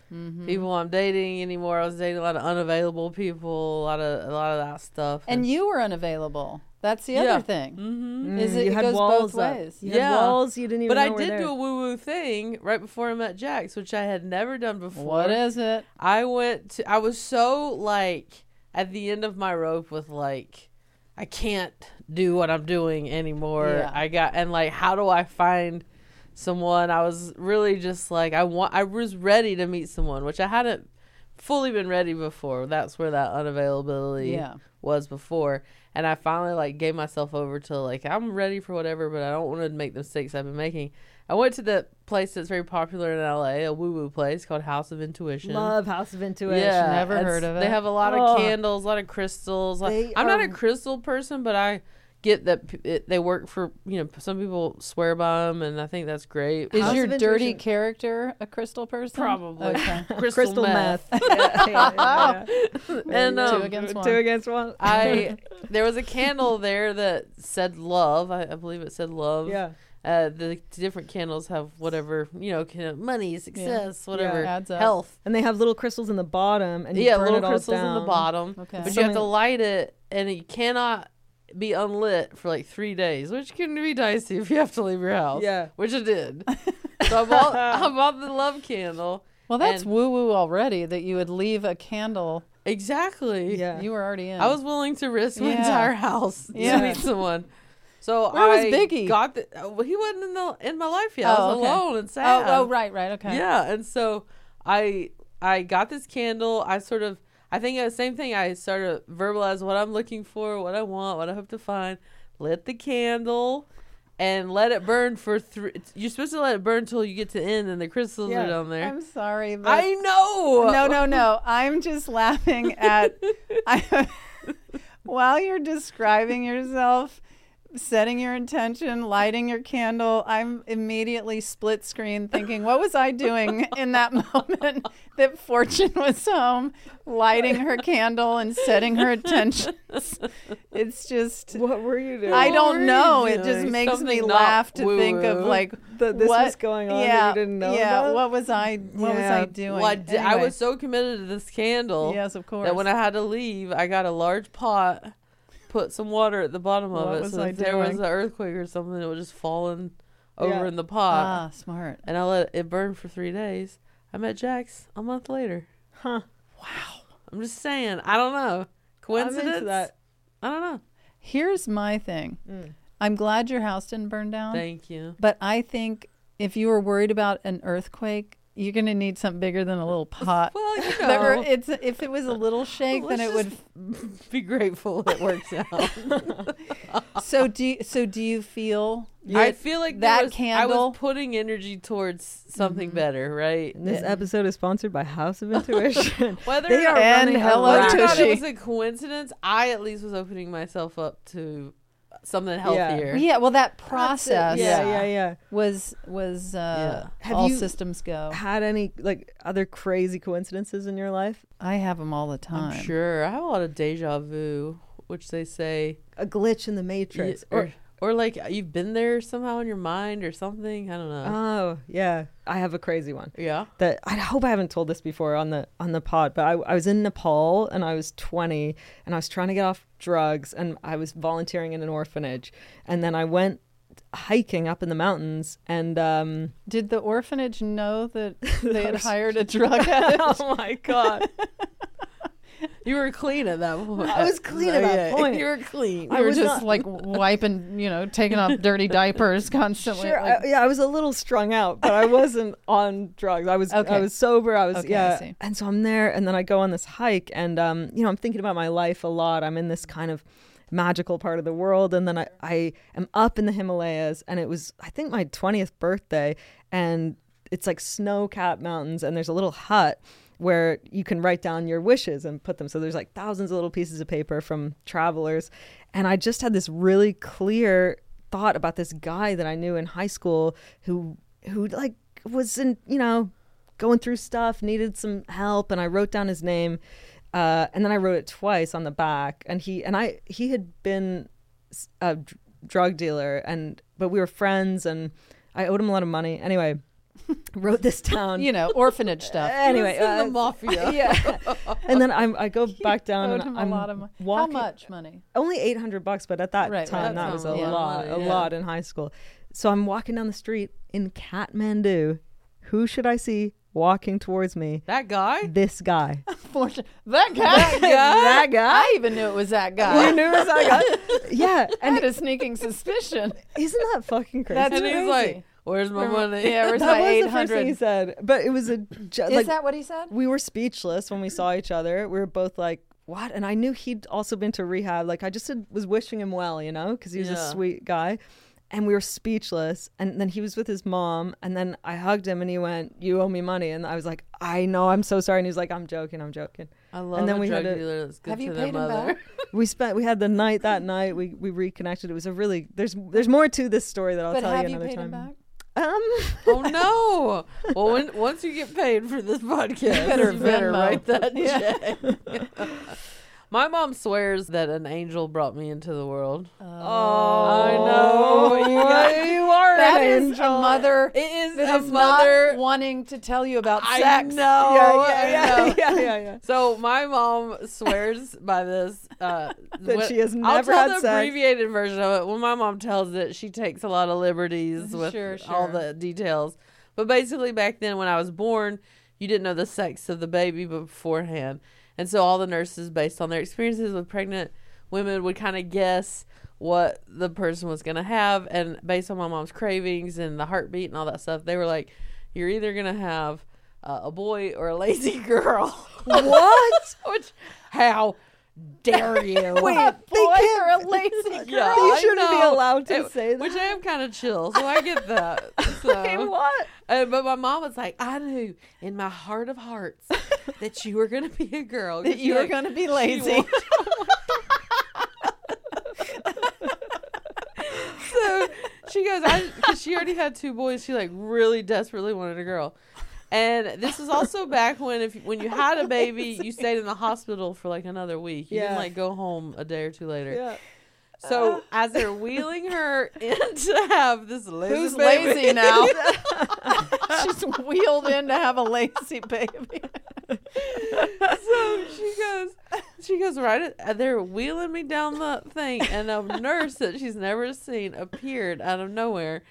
Speaker 1: people I'm dating anymore. I was dating a lot of unavailable people, a lot of a lot of that stuff.
Speaker 3: And you were unavailable. That's the
Speaker 1: Yeah.
Speaker 3: other thing. Mm-hmm. Is it,
Speaker 4: you
Speaker 3: it
Speaker 4: had
Speaker 3: goes
Speaker 4: walls
Speaker 3: both
Speaker 4: up.
Speaker 3: ways.
Speaker 4: You had walls you didn't even
Speaker 1: But I
Speaker 4: know were
Speaker 1: did do
Speaker 4: there.
Speaker 1: a woo woo thing right before I met Jax, which I had never done before.
Speaker 3: What is it?
Speaker 1: I went to I was so like at the end of my rope with like I can't do what I'm doing anymore.
Speaker 3: Yeah.
Speaker 1: I got and like how do I find someone? I was really just like I want I was ready to meet someone, which I hadn't fully been ready before. That's where that unavailability
Speaker 3: Yeah.
Speaker 1: was before. And I finally like gave myself over to like I'm ready for whatever, but I don't want to make the mistakes I've been making. I went to the place that's very popular in LA, a woo woo place called House of Intuition.
Speaker 4: Love House of Intuition.
Speaker 1: Yeah,
Speaker 3: Never
Speaker 1: it's-
Speaker 3: heard of
Speaker 1: They
Speaker 3: it.
Speaker 1: have a lot
Speaker 4: Oh.
Speaker 1: of candles, a lot of crystals. Like-
Speaker 4: They
Speaker 1: I'm not
Speaker 4: are-
Speaker 1: a crystal person, but I get that p- it, they work for you know. Some people swear by them, and I think that's great.
Speaker 3: Is
Speaker 4: House
Speaker 3: your
Speaker 4: of
Speaker 3: dirty
Speaker 4: Intuition-
Speaker 3: character a crystal person?
Speaker 1: Probably.
Speaker 3: Okay.
Speaker 1: crystal, meth.
Speaker 4: Yeah, yeah, yeah, yeah.
Speaker 1: And um,
Speaker 3: Two against one.
Speaker 4: Two against one.
Speaker 1: I there was a candle there that said love. I, I believe it said love.
Speaker 4: yeah.
Speaker 1: Uh, the different candles have whatever you know, kind of money, success, whatever,
Speaker 3: adds up.
Speaker 1: health.
Speaker 4: And they have little crystals in the bottom, and you
Speaker 1: yeah,
Speaker 4: burn
Speaker 1: little
Speaker 4: it all
Speaker 1: crystals in the
Speaker 4: down.
Speaker 1: bottom.
Speaker 3: Okay.
Speaker 1: But
Speaker 4: So
Speaker 1: you have to
Speaker 4: many-
Speaker 1: light it, and you cannot be unlit for like three days, which can be dicey if you have to leave your house.
Speaker 4: Yeah.
Speaker 1: Which I did. so I bought, I bought the love candle.
Speaker 3: Well, that's
Speaker 1: And-
Speaker 3: woo woo already that you would leave a candle.
Speaker 1: Exactly.
Speaker 4: Yeah.
Speaker 3: You were already in.
Speaker 1: I was willing to risk my
Speaker 3: Yeah.
Speaker 1: entire house
Speaker 3: Yeah.
Speaker 1: to meet someone. So
Speaker 3: Where was
Speaker 1: I
Speaker 3: Biggie?
Speaker 1: got the, oh, well, he wasn't in the in my life yet. I
Speaker 3: Oh,
Speaker 1: was
Speaker 3: okay.
Speaker 1: alone and sad.
Speaker 3: Oh, oh, right, right. Okay.
Speaker 1: Yeah, and so I I got this candle. I sort of I think the same thing. I sort of verbalized what I'm looking for, what I want, what I hope to find. Lit the candle, and let it burn for three. You're supposed to let it burn till you get to the end, and the crystals
Speaker 4: Yeah,
Speaker 1: are down there.
Speaker 3: I'm sorry, but
Speaker 1: I know.
Speaker 3: no, no, no. I'm just laughing at I, while you're describing yourself, setting your intention, lighting your candle. I'm immediately split screen thinking, what was I doing in that moment that Fortune was home, lighting her candle and setting her intentions? It's just.
Speaker 4: What were you doing?
Speaker 3: I
Speaker 1: were
Speaker 3: don't
Speaker 1: you
Speaker 3: know. It just
Speaker 1: doing?
Speaker 3: makes me
Speaker 1: Something not
Speaker 3: laugh to think of
Speaker 1: woo-woo.
Speaker 3: like
Speaker 4: That this
Speaker 3: what,
Speaker 4: was going on that you
Speaker 3: Yeah,
Speaker 4: didn't know
Speaker 3: Yeah,
Speaker 4: about?
Speaker 3: what was I? What
Speaker 4: Yeah.
Speaker 3: was I doing?
Speaker 1: Well, I, did, I
Speaker 3: Anyway.
Speaker 1: was so committed to this candle.
Speaker 3: Yes, of course.
Speaker 1: That when I had to leave, I got a large pot, put some water at the bottom of
Speaker 3: What
Speaker 1: it,
Speaker 3: was
Speaker 1: so
Speaker 3: I
Speaker 1: if there was
Speaker 3: doing?
Speaker 1: an earthquake or something, it would just fallen over
Speaker 4: Yeah.
Speaker 1: in the pot.
Speaker 3: ah smart.
Speaker 1: and I let it burn for three days. I met Jax a month later.
Speaker 4: Huh.
Speaker 1: I'm just saying. I don't know.
Speaker 4: I'm into
Speaker 1: Coincidence?
Speaker 4: that.
Speaker 1: I don't know.
Speaker 3: Here's my thing.
Speaker 4: Mm.
Speaker 3: I'm glad your house didn't burn down,
Speaker 1: Hmm. Thank you.
Speaker 3: but I think if you were worried about an earthquake, you're going to need something bigger than a little pot.
Speaker 1: Well, you
Speaker 3: The ear-
Speaker 1: know,
Speaker 3: it's if it was a little shake, then
Speaker 1: Let's
Speaker 3: it would.
Speaker 1: be grateful it works out.
Speaker 3: So do you, so. Do you feel?
Speaker 1: I
Speaker 3: it-
Speaker 1: feel like
Speaker 3: that
Speaker 1: that was, I
Speaker 3: candle-
Speaker 1: was putting energy towards something better, right?
Speaker 4: This episode is sponsored by House of Intuition.
Speaker 1: Whether
Speaker 4: They are
Speaker 3: And
Speaker 4: running
Speaker 3: hello,
Speaker 4: around.
Speaker 1: Whether or not
Speaker 3: Tushy.
Speaker 1: it was a coincidence, I at least was opening myself up to something healthier.
Speaker 3: Yeah. Well, that process.
Speaker 4: Yeah, yeah, yeah.
Speaker 3: Was was uh,
Speaker 4: Yeah. Have
Speaker 3: all
Speaker 4: you-
Speaker 3: systems go?
Speaker 4: Had any like other crazy coincidences in your life?
Speaker 3: I have them all the time.
Speaker 1: I'm sure. I have a lot of deja vu, which they say
Speaker 4: A glitch in the matrix,
Speaker 1: Yeah, or or like uh, you've been there somehow in your mind or something. I don't know.
Speaker 4: oh yeah, I have a crazy one.
Speaker 1: yeah.
Speaker 4: that I hope I haven't told this before on the on the pod, but I, I was in Nepal and I was 20 and I was trying to get off drugs and I was volunteering in an orphanage and then I went hiking up in the mountains and um
Speaker 3: Did the orphanage know that they had hired a drug addict?
Speaker 4: oh my god
Speaker 1: You were clean at that point.
Speaker 4: I was clean at that point.
Speaker 1: You were clean.
Speaker 4: I
Speaker 3: You were
Speaker 4: was
Speaker 3: just
Speaker 4: not-
Speaker 3: like wiping, you know, taking off dirty diapers constantly.
Speaker 4: sure
Speaker 3: like-
Speaker 4: I, yeah I was a little strung out but I wasn't on drugs I was I
Speaker 3: Okay.
Speaker 4: was sober I was
Speaker 3: Okay, I
Speaker 4: yeah
Speaker 3: see.
Speaker 4: and so I'm there and then I go on this hike and um you know I'm thinking about my life a lot I'm in this kind of magical part of the world and then I, I am up in the Himalayas and it was I think my 20th birthday and it's like snow-capped mountains and there's a little hut where you can write down your wishes and put them so there's like thousands of little pieces of paper from travelers and I just had this really clear thought about this guy that I knew in high school who who like was in you know going through stuff, needed some help, and I wrote down his name, uh, and then I wrote it twice on the back. And he and I he had been s- a dr- drug dealer, and but we were friends, and I owed him a lot of money. Anyway, wrote this down.
Speaker 3: You know, orphanage stuff.
Speaker 4: Anyway,
Speaker 1: in the
Speaker 4: uh,
Speaker 1: mafia.
Speaker 4: yeah, and then I'm, I go back down.
Speaker 3: Owed
Speaker 4: and
Speaker 3: him a
Speaker 4: I'm
Speaker 3: lot of money. How
Speaker 4: walking-
Speaker 3: much money?
Speaker 4: only 800 bucks but at that
Speaker 3: Right,
Speaker 4: time
Speaker 1: right.
Speaker 4: that was a
Speaker 1: That's a
Speaker 4: lot
Speaker 1: lot of
Speaker 4: a
Speaker 1: money, yeah.
Speaker 4: lot in high school so i'm walking down the street in kathmandu who should i see walking towards me
Speaker 1: That guy.
Speaker 4: this guy
Speaker 3: Fortune. That guy. That guy.
Speaker 4: that guy
Speaker 3: I even knew it was that
Speaker 4: you
Speaker 3: guy.
Speaker 4: knew it was that guy yeah
Speaker 3: I had a sneaking suspicion.
Speaker 4: isn't that fucking crazy
Speaker 3: That's
Speaker 1: and he's
Speaker 3: crazy.
Speaker 1: like, "Where's my money?"
Speaker 3: yeah, where's
Speaker 4: that
Speaker 3: my
Speaker 4: was
Speaker 3: eight
Speaker 4: the first thing he
Speaker 3: hundred?
Speaker 4: said but it was a ju-
Speaker 3: Is
Speaker 4: like
Speaker 3: that what he said?
Speaker 4: we were speechless when we saw each other we were both like what and i knew he'd also been to rehab like i just had, was wishing him well you know because he was
Speaker 1: Yeah.
Speaker 4: a sweet guy and we were speechless. And then he was with his mom, and then I hugged him, and he went, "You owe me money," and I was like, "I know, I'm so sorry." And he was like, "I'm joking, I'm joking."
Speaker 1: I love
Speaker 4: and then
Speaker 1: a
Speaker 4: we
Speaker 1: drug
Speaker 4: had a-
Speaker 1: dealer that's good
Speaker 3: Have
Speaker 1: to
Speaker 3: you
Speaker 1: their
Speaker 3: paid him
Speaker 1: mother.
Speaker 3: back?
Speaker 4: we spent we had the night that night. We we reconnected. It was a really there's there's more to this story that I'll
Speaker 3: but
Speaker 4: tell
Speaker 3: have
Speaker 4: you
Speaker 3: you
Speaker 4: another
Speaker 3: paid
Speaker 4: time.
Speaker 3: him back?
Speaker 4: Um,
Speaker 1: Oh no! Well, when, once you get paid for this podcast, you better,
Speaker 3: Venmo.
Speaker 1: write that check. My mom swears that an angel brought me into the world. I know you, guys- you are
Speaker 3: That
Speaker 1: an
Speaker 3: is
Speaker 1: angel.
Speaker 3: a mother
Speaker 1: It is
Speaker 3: that
Speaker 1: a
Speaker 3: is
Speaker 1: mother.
Speaker 3: not wanting to tell you about
Speaker 1: I
Speaker 3: sex.
Speaker 1: know.
Speaker 4: yeah,
Speaker 1: Oh, I know.
Speaker 4: yeah, yeah, yeah, yeah.
Speaker 1: So my mom swears by this uh,
Speaker 4: That
Speaker 1: when-
Speaker 4: she has
Speaker 1: I'll
Speaker 4: never
Speaker 1: tell
Speaker 4: had
Speaker 1: the
Speaker 4: sex.
Speaker 1: abbreviated version of it. When my mom tells it, she takes a lot of liberties with
Speaker 3: Sure,
Speaker 1: all
Speaker 3: sure.
Speaker 1: the details. But basically, back then when I was born, you didn't know the sex of the baby beforehand, and so all the nurses, based on their experiences with pregnant women, would kind of guess what the person was going to have, and based on my mom's cravings and the heartbeat and all that stuff, they were like, "You're either going to have." Uh, a boy or a lazy girl. What? Which, how dare you?
Speaker 4: Wait, they
Speaker 3: Boy,
Speaker 4: can't.
Speaker 3: you're a lazy girl.
Speaker 1: Yeah,
Speaker 4: They
Speaker 1: I
Speaker 4: shouldn't be
Speaker 1: know.
Speaker 4: allowed to
Speaker 1: It-
Speaker 4: say
Speaker 1: Which I
Speaker 4: that.
Speaker 1: am kind of chill, so I get that.
Speaker 4: Hey,
Speaker 1: So.
Speaker 4: what?
Speaker 1: Uh, but my mom was like, I knew in my heart of hearts that you were going to be a girl. 'Cause
Speaker 3: That you
Speaker 1: you're
Speaker 3: were
Speaker 1: like,
Speaker 3: going to be
Speaker 1: "She
Speaker 3: lazy.
Speaker 1: won't." so she goes, I, cause she already had two boys. She like really desperately wanted a girl. And this is also back when if when you had a baby, you stayed in the hospital for like another week. You didn't
Speaker 4: Yeah.
Speaker 1: like go home a day or two later.
Speaker 4: Yeah.
Speaker 1: So as they're wheeling her in to have this lazy
Speaker 3: Uh. Who's
Speaker 1: baby-
Speaker 3: lazy now? She's wheeled in to have a lazy baby.
Speaker 1: so she goes, she goes right. At, uh, they're wheeling me down the thing, and a nurse that she's never seen appeared out of nowhere,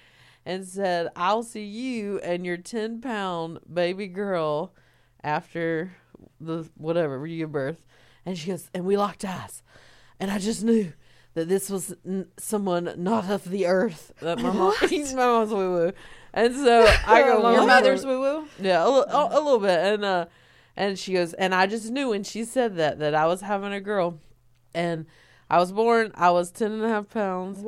Speaker 1: and said, "I'll see you and your ten pound baby girl after the whatever birth." And she goes, and we locked eyes, and I just knew. That this was n- someone not of the earth. That my mom, he's my mom's woo woo, and so I go.
Speaker 4: Your
Speaker 1: "What?"
Speaker 3: Your mother's woo woo?
Speaker 1: Yeah, a, li- a, a little bit, and uh, and she goes, and I just knew when she said that that I was having a girl, and I was born. I was ten and a half pounds,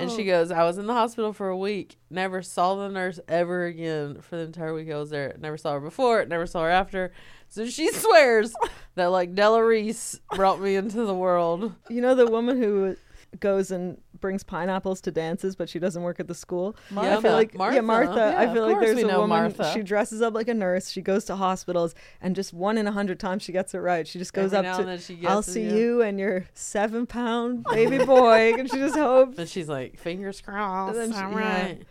Speaker 1: and she goes, I was in the hospital for a week. Never saw the nurse ever again for the entire week I was there. Never saw her before. Never saw her after. So she swears that like Della Reese brought me into the world.
Speaker 4: You know the woman who goes and brings pineapples to dances, but she doesn't work at the school. I
Speaker 1: Martha.
Speaker 4: feel like
Speaker 1: Martha.
Speaker 4: yeah, Martha.
Speaker 3: Yeah,
Speaker 4: I feel
Speaker 3: of
Speaker 4: like
Speaker 3: course
Speaker 4: there's
Speaker 3: we
Speaker 4: a
Speaker 3: know
Speaker 4: woman.
Speaker 3: Martha.
Speaker 4: She dresses up like a nurse. She goes to hospitals, and just one in a hundred times she gets it right. She just goes
Speaker 1: Every now
Speaker 4: up to,
Speaker 1: and then she
Speaker 4: "I'll
Speaker 1: guesses,
Speaker 4: see
Speaker 1: yeah.
Speaker 4: you and your seven pound baby boy," and she just hopes.
Speaker 1: And she's like, fingers crossed,
Speaker 4: then she-
Speaker 1: I'm
Speaker 4: yeah.
Speaker 1: right.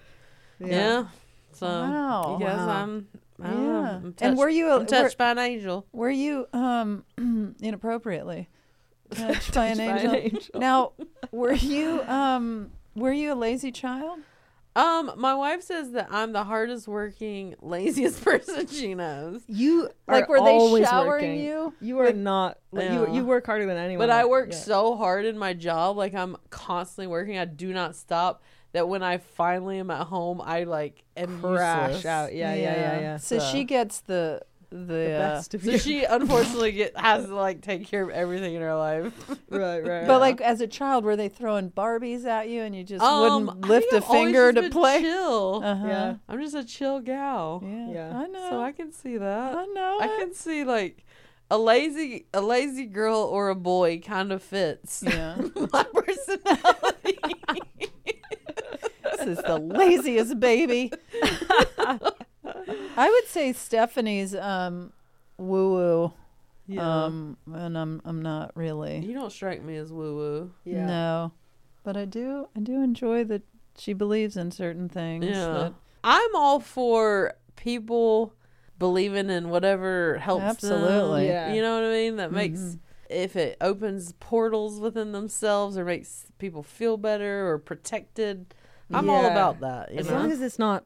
Speaker 1: Yeah. So
Speaker 3: Wow.
Speaker 1: I guess
Speaker 3: Wow.
Speaker 1: I'm. I don't know,
Speaker 3: Yeah.
Speaker 1: I'm touched,
Speaker 3: And were you a-
Speaker 1: I'm touched by an angel?
Speaker 3: Were you um inappropriately touched by an
Speaker 4: by an
Speaker 3: angel? Now, were you um were you a lazy child?
Speaker 1: Um, my wife says that I'm the hardest working, laziest person she knows.
Speaker 4: You
Speaker 3: Like,
Speaker 4: are
Speaker 3: were they
Speaker 4: always
Speaker 3: showering
Speaker 4: working.
Speaker 3: you?
Speaker 4: You are not. Like,
Speaker 1: Yeah.
Speaker 4: you you work harder than anyone.
Speaker 1: But I work
Speaker 4: Yeah.
Speaker 1: so hard in my job, like I'm constantly working. I do not stop. That when I finally am at home, I like am
Speaker 4: crash
Speaker 1: useless.
Speaker 4: out. Yeah, yeah, yeah, yeah.
Speaker 3: So, she gets the the, uh,
Speaker 4: best of
Speaker 1: So
Speaker 4: you.
Speaker 1: she unfortunately get, has to like take care of everything in her life.
Speaker 4: right, right.
Speaker 3: But like as a child, were they throwing Barbies at you and you just wouldn't
Speaker 1: Um, I
Speaker 3: lift a
Speaker 1: think I've always
Speaker 3: finger
Speaker 1: just
Speaker 3: to
Speaker 1: been
Speaker 3: play?
Speaker 1: Chill.
Speaker 3: Uh-huh.
Speaker 4: yeah.
Speaker 1: I'm just a chill gal.
Speaker 3: yeah,
Speaker 4: Yeah.
Speaker 3: I know.
Speaker 1: So I can see that.
Speaker 3: I know
Speaker 1: I
Speaker 3: it.
Speaker 1: can see like a lazy a lazy girl or a boy kind of fits
Speaker 3: yeah,
Speaker 1: my personality.
Speaker 3: this is the laziest baby. I would say Stephanie's um, woo woo.
Speaker 1: yeah.
Speaker 3: Um, and I'm I'm not really
Speaker 1: you don't strike me as woo woo.
Speaker 4: Yeah.
Speaker 3: no, but I do I do enjoy that she believes in certain things.
Speaker 1: Yeah.
Speaker 3: that-
Speaker 1: I'm all for people believing in whatever helps
Speaker 3: Absolutely.
Speaker 1: them.
Speaker 4: Yeah.
Speaker 1: You know what I mean? That makes if it opens portals within themselves or makes people feel better or protected. I'm all
Speaker 4: Yeah.
Speaker 1: about that. You
Speaker 4: as
Speaker 1: know?
Speaker 4: long as it's not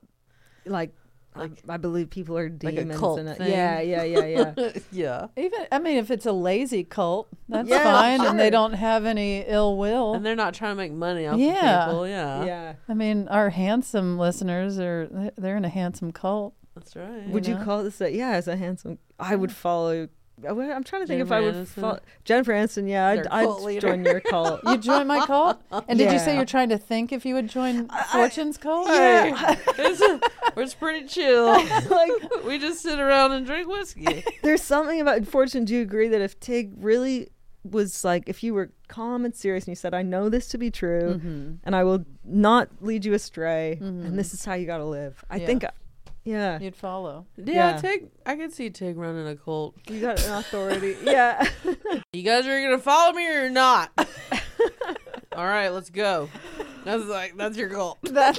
Speaker 4: like,
Speaker 1: Like-
Speaker 4: I, I believe people are
Speaker 1: a
Speaker 4: demons
Speaker 1: cult
Speaker 4: and it-
Speaker 1: thing.
Speaker 4: yeah yeah yeah yeah
Speaker 1: yeah.
Speaker 3: Even I mean, if it's a lazy cult, that's
Speaker 4: Yeah,
Speaker 3: fine, and they
Speaker 4: sure.
Speaker 3: don't have any ill will.
Speaker 1: And they're not trying to make money off
Speaker 3: Yeah.
Speaker 1: of people. Yeah.
Speaker 4: yeah
Speaker 3: I mean, our handsome listeners are they're in a handsome cult.
Speaker 1: That's right.
Speaker 4: would you call this a yeah as a handsome i would follow I wa- I'm trying to think
Speaker 1: Jennifer
Speaker 4: if I would.
Speaker 1: Aniston?
Speaker 4: Fo- Jennifer Aniston, yeah, I'd,
Speaker 1: Their cult
Speaker 4: I'd
Speaker 1: leader.
Speaker 4: join your cult.
Speaker 3: You join my cult? And did you say
Speaker 4: Yeah.
Speaker 3: you're trying to think if you would join Fortune's cult?
Speaker 1: Hey, it's, it's pretty chill.
Speaker 4: like,
Speaker 1: We just sit around and drink whiskey.
Speaker 4: there's something about fortune. Do you agree that if Tig really was like, if you were calm and serious and you said, "I know this to be true,
Speaker 1: Mm-hmm.
Speaker 4: and I will not lead you astray, and this is how you got to live," I
Speaker 3: Yeah.
Speaker 4: think, uh, yeah,
Speaker 3: You'd follow.
Speaker 1: Yeah,
Speaker 4: Yeah.
Speaker 1: Tig. I can see Tig running a cult.
Speaker 4: you got an authority. yeah,
Speaker 1: You guys are gonna follow me or not? All right, let's go. That's like that's your cult.
Speaker 3: That's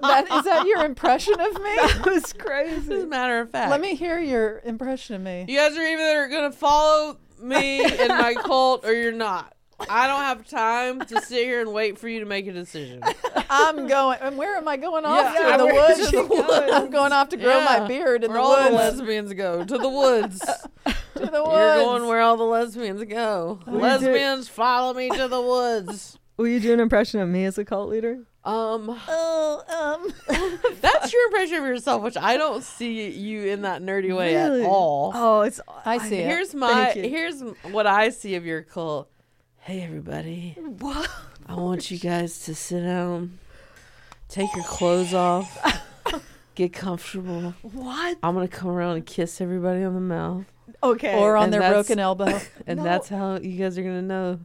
Speaker 3: that is that your impression of me?
Speaker 4: that was
Speaker 1: As a
Speaker 4: crazy.
Speaker 1: matter of fact,
Speaker 3: Let me hear your impression of me.
Speaker 1: You guys are either gonna follow me and my cult or you're not. I don't have time to sit here and wait for you to make a decision.
Speaker 3: I'm going and where am I going off
Speaker 1: Yeah,
Speaker 3: to? In the
Speaker 1: where
Speaker 3: woods.
Speaker 1: is she going?
Speaker 3: I'm going off to grow
Speaker 1: Yeah.
Speaker 3: my beard in
Speaker 1: Where
Speaker 3: the
Speaker 1: all the
Speaker 3: woods.
Speaker 1: lesbians go to the woods.
Speaker 3: to the woods.
Speaker 1: You're going where all the lesbians go. lesbians, follow me to the woods.
Speaker 4: Will you do an impression of me as a cult leader?
Speaker 1: Um,
Speaker 3: Oh, um
Speaker 1: that's your impression of yourself, which I don't see you in that nerdy way
Speaker 4: Really?
Speaker 1: at all.
Speaker 4: Oh, it's
Speaker 3: I see it.
Speaker 1: Here's my
Speaker 4: you.
Speaker 1: here's what I see of your cult. Hey everybody.
Speaker 4: What?
Speaker 1: I want you guys to sit down, take your clothes off, get comfortable.
Speaker 4: What?
Speaker 1: I'm gonna come around and kiss everybody on the mouth,
Speaker 4: Okay.
Speaker 3: or on
Speaker 1: and
Speaker 3: their
Speaker 1: that's-
Speaker 3: broken elbow.
Speaker 1: and that's how you guys are gonna know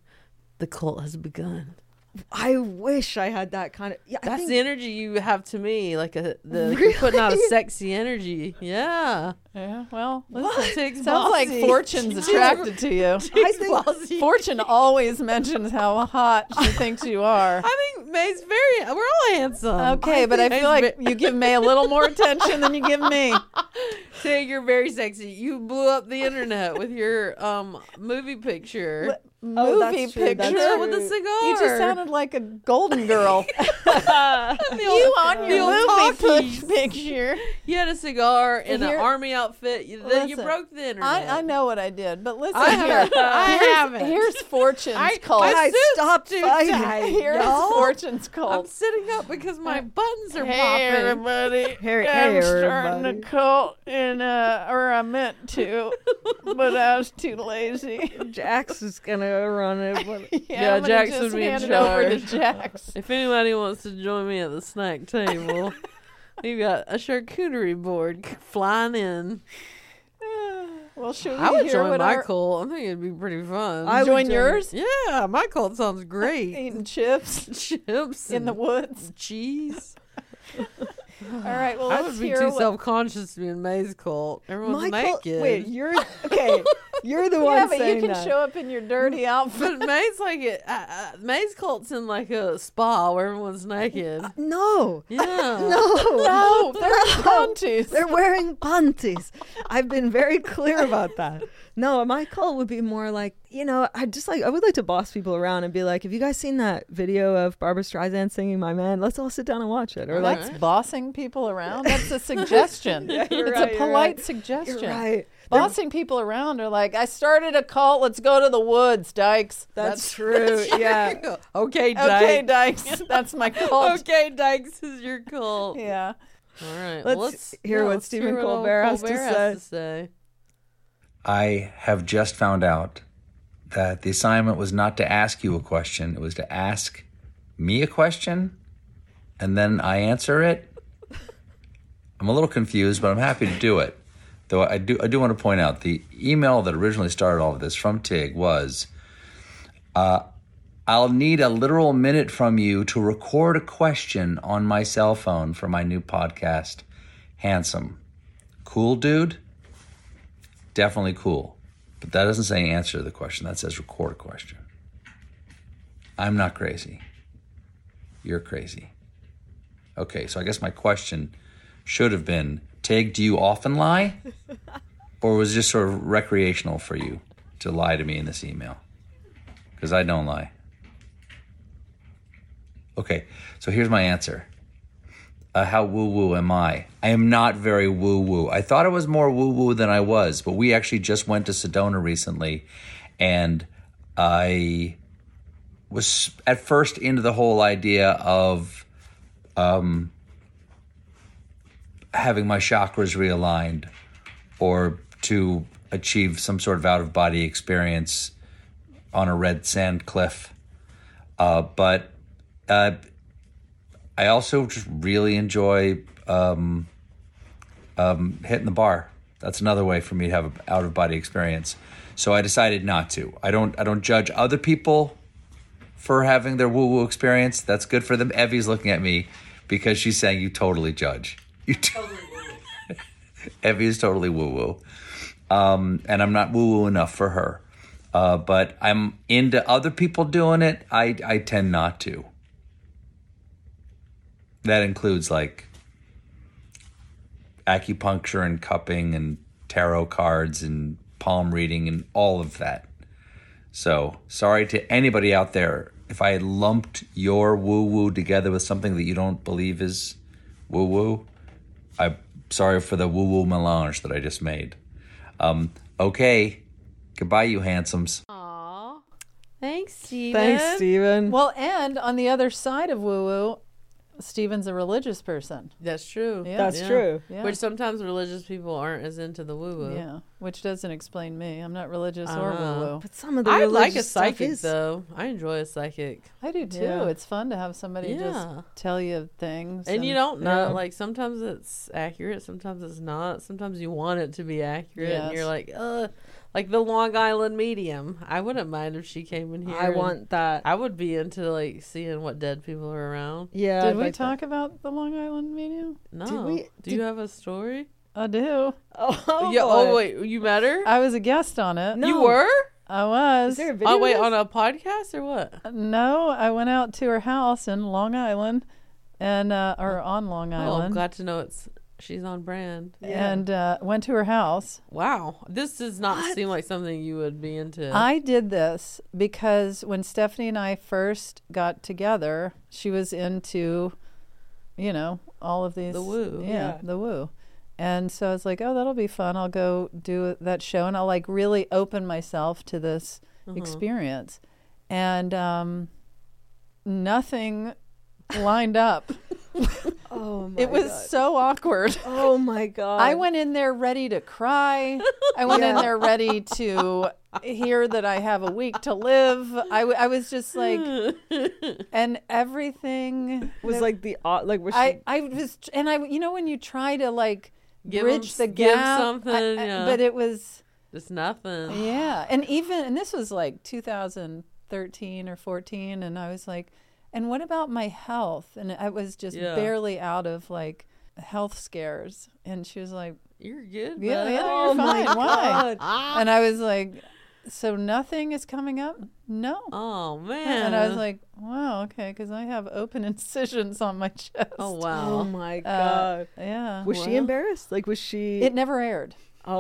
Speaker 1: the cult has begun.
Speaker 4: I wish I had that kind of. Yeah, I
Speaker 1: That's
Speaker 4: think-
Speaker 1: the energy you have to me, like a the you're putting out a sexy energy. Yeah,
Speaker 3: Yeah, well,
Speaker 1: What?
Speaker 3: listen,
Speaker 1: Tig's
Speaker 3: sounds like
Speaker 1: bossy. Tig's-
Speaker 3: fortune's attracted to you.
Speaker 4: I think
Speaker 3: Fortune always mentions how hot she thinks you are.
Speaker 1: I think May's very. We're all handsome.
Speaker 3: Okay, but I
Speaker 1: think
Speaker 3: feel
Speaker 1: May's
Speaker 3: like you give May a little more attention than you give me.
Speaker 1: ve- Tig, you're very sexy. You blew up the internet with your um movie picture.
Speaker 3: Mm,
Speaker 4: Oh, that's
Speaker 3: Movie
Speaker 4: true, that's
Speaker 3: picture
Speaker 1: Yeah, with a
Speaker 4: true.
Speaker 1: cigar.
Speaker 3: You just sounded like a golden girl.
Speaker 1: The
Speaker 3: you
Speaker 1: old-
Speaker 3: on
Speaker 1: the
Speaker 3: your
Speaker 1: old
Speaker 3: movie
Speaker 1: talkies.
Speaker 3: push picture.
Speaker 1: You had a cigar and an
Speaker 3: Here-
Speaker 1: army outfit. You, then you
Speaker 3: Listen,
Speaker 1: broke the internet.
Speaker 3: I, I know what I did, but listen
Speaker 1: I
Speaker 3: here.
Speaker 1: haven't. I
Speaker 3: here's,
Speaker 1: haven't.
Speaker 3: here's Fortune's
Speaker 1: I-
Speaker 3: cult.
Speaker 1: I sit-
Speaker 4: stop
Speaker 1: Dude,
Speaker 4: fighting.
Speaker 3: here's Fortune's
Speaker 1: I'm
Speaker 3: cult.
Speaker 1: sitting up because my buttons are
Speaker 3: Hey
Speaker 1: popping.
Speaker 3: everybody!
Speaker 4: Hey,
Speaker 3: I'm
Speaker 4: hey,
Speaker 3: starting
Speaker 4: everybody.
Speaker 3: a cult, and uh, or I meant to, but I was too lazy.
Speaker 4: Jax is gonna run it. What-
Speaker 1: Yeah,
Speaker 3: I'm gonna
Speaker 1: Jax
Speaker 3: just
Speaker 1: would be in
Speaker 3: hand it over to
Speaker 1: charge.
Speaker 3: Jax.
Speaker 1: If anybody wants to join me at the snack table, we've got a charcuterie board c- flying in.
Speaker 3: Well, should we
Speaker 1: I would
Speaker 3: hear
Speaker 1: join
Speaker 3: what
Speaker 1: my
Speaker 3: our,
Speaker 1: cult. I think it'd be pretty fun.
Speaker 4: I would
Speaker 3: join
Speaker 4: join-
Speaker 3: yours?
Speaker 1: yeah, my cult sounds great.
Speaker 3: Eating chips
Speaker 1: Chips
Speaker 3: in the
Speaker 1: and
Speaker 3: woods.
Speaker 1: cheese.
Speaker 3: All right. Well,
Speaker 1: I
Speaker 3: let's
Speaker 1: would be
Speaker 3: hear
Speaker 1: too
Speaker 3: what-
Speaker 1: self conscious to be in May's cult. Everyone's
Speaker 4: Michael,
Speaker 1: naked.
Speaker 4: wait, you're okay. You're the one
Speaker 3: Yeah, but
Speaker 4: saying
Speaker 3: you can
Speaker 4: that.
Speaker 3: show up in your dirty outfit.
Speaker 1: but May's like it. Uh, uh, May's cult's in like a spa where everyone's naked.
Speaker 4: no,
Speaker 1: Yeah.
Speaker 4: no,
Speaker 3: No, Oh, they're panties.
Speaker 4: They're wearing panties. I've been very clear about that. No, my call would be more like, you know, I just like I would like to boss people around and be like, have you guys seen that video of Barbara Streisand singing My Man? Let's all sit down and watch it. Or like,
Speaker 3: That's bossing people around. That's a suggestion.
Speaker 4: you're
Speaker 3: it's
Speaker 4: right,
Speaker 3: a
Speaker 4: you're
Speaker 3: polite
Speaker 4: right.
Speaker 3: suggestion.
Speaker 4: you're right.
Speaker 3: Bossing people around are like, I started a cult. Let's go to the woods, Dykes.
Speaker 4: That's, true. Yeah.
Speaker 1: Okay,
Speaker 3: okay,
Speaker 1: Dykes.
Speaker 3: Dykes. That's my cult.
Speaker 1: Okay, Dykes is your cult.
Speaker 3: Yeah.
Speaker 1: All right.
Speaker 4: Let's
Speaker 1: well, let's
Speaker 4: hear what
Speaker 1: let's hear
Speaker 4: Stephen
Speaker 1: old
Speaker 4: Colbert has to say.
Speaker 1: say.
Speaker 6: I have just found out that the assignment was not to ask you a question, it was to ask me a question and then I answer it. I'm a little confused, but I'm happy to do it. Though I do I do want to point out the email that originally started all of this from Tig was uh, I'll need a literal minute from you to record a question on my cell phone for my new podcast, Handsome. Cool dude? definitely cool. But that doesn't say answer to the question. That says record a question. I'm not crazy. You're crazy. Okay, so I guess my question should have been Tig, do you often lie? or was it just sort of recreational for you to lie to me in this email? Because I don't lie. Okay, so here's my answer uh, how woo woo am I? I am not very woo woo. I thought I was more woo woo than I was, but we actually just went to Sedona recently, and I was at first into the whole idea of um, having my chakras realigned or to achieve some sort of out of body experience on a red sand cliff. Uh, but uh, I also just really enjoy um, um, hitting the bar. That's another way for me to have an out of body experience. So I decided not to. I don't. I don't judge other people for having their woo woo experience. That's good for them. Evie's looking at me because she's saying you totally judge. You totally. Evie is totally woo woo, um, and I'm not woo woo enough for her. Uh, but I'm into other people doing it. I I tend not to. That includes like acupuncture and cupping and tarot cards and palm reading and all of that. So sorry to anybody out there if I lumped your woo woo together with something that you don't believe is woo woo. I'm sorry for the woo woo melange that I just made. Um, okay, goodbye, you handsomes.
Speaker 1: Thanks, Steve.
Speaker 4: Thanks, Steven.
Speaker 3: Well, and on the other side of woo woo, Steven's a religious person.
Speaker 1: That's true.
Speaker 3: Yeah.
Speaker 4: That's
Speaker 3: yeah.
Speaker 4: true.
Speaker 3: Yeah.
Speaker 1: Which sometimes religious people aren't as into the woo woo.
Speaker 3: yeah. Which doesn't explain me. I'm not religious or woo woo.
Speaker 4: But some of the
Speaker 1: I like
Speaker 4: religious
Speaker 1: a
Speaker 4: stuff
Speaker 1: psychic
Speaker 4: is-
Speaker 1: though. I enjoy a psychic,
Speaker 3: I do too.
Speaker 4: Yeah.
Speaker 3: It's fun to have somebody
Speaker 1: Yeah.
Speaker 3: just tell you things.
Speaker 1: and you don't know.
Speaker 4: yeah.
Speaker 1: Like sometimes it's accurate, sometimes it's not. Sometimes you want it to be accurate, and you're
Speaker 3: Yes.
Speaker 1: like, uh, like the Long Island medium. I wouldn't mind if she came in here.
Speaker 4: I
Speaker 1: and-
Speaker 4: want that.
Speaker 1: I would be into like seeing what dead people are around.
Speaker 4: yeah.
Speaker 3: Did
Speaker 4: I'd
Speaker 3: we
Speaker 4: like that.
Speaker 3: talk about the Long Island medium?
Speaker 1: No,
Speaker 4: we-
Speaker 1: do you have a story?
Speaker 3: I do.
Speaker 4: Oh,
Speaker 1: yeah. Oh
Speaker 4: boy. Uh,
Speaker 1: wait, you met her.
Speaker 3: I was a guest on it.
Speaker 4: No.
Speaker 1: you were?
Speaker 3: I was.
Speaker 4: Is there a video?
Speaker 1: Oh wait,
Speaker 4: of
Speaker 1: on a podcast or what?
Speaker 3: No, I went out to her house in Long Island, and uh, or on Long
Speaker 1: Oh, I'm
Speaker 3: Island,
Speaker 1: glad to know it's she's on brand.
Speaker 3: and uh, went to her house.
Speaker 1: Wow, this does not seem like something you would be into.
Speaker 3: I did this because when Stephanie and I first got together, she was into, you know, all of these.
Speaker 1: The woo.
Speaker 3: Yeah, the woo. And so I was like, oh, that'll be fun. I'll go do that show and I'll like really open myself to this experience. And um, nothing lined up.
Speaker 4: Oh my
Speaker 3: it was
Speaker 4: God.
Speaker 3: so awkward.
Speaker 4: Oh my god.
Speaker 3: I went in there ready to cry. I went in
Speaker 4: Yeah.
Speaker 3: there ready to hear that I have a week to live. I, w- I was just like, and everything.
Speaker 4: was like the odd like was she
Speaker 3: I, I was, and I, you know, when you try to like
Speaker 1: Give 'em
Speaker 3: bridge the
Speaker 1: s- give
Speaker 3: gap, I-
Speaker 1: something,
Speaker 3: I-
Speaker 1: yeah.
Speaker 3: but it was,
Speaker 1: It's nothing.
Speaker 3: yeah. And even, and this was like 2013 or 14. And I was like, and what about my health? And I was just
Speaker 1: Yeah.
Speaker 3: barely out of like health scares. And she was like,
Speaker 1: You're good.
Speaker 3: yeah,
Speaker 1: bud.
Speaker 3: yeah,
Speaker 4: Oh
Speaker 3: you're
Speaker 4: my
Speaker 3: fine. Why?
Speaker 4: God.
Speaker 3: And I was like, so nothing is coming up? No.
Speaker 1: Oh man.
Speaker 3: And I was like, wow, okay, because I have open incisions on my chest.
Speaker 1: oh
Speaker 4: Oh
Speaker 1: wow.
Speaker 3: Uh,
Speaker 4: my god.
Speaker 3: yeah.
Speaker 4: was she embarrassed? Like was she
Speaker 3: it never aired.
Speaker 4: Okay,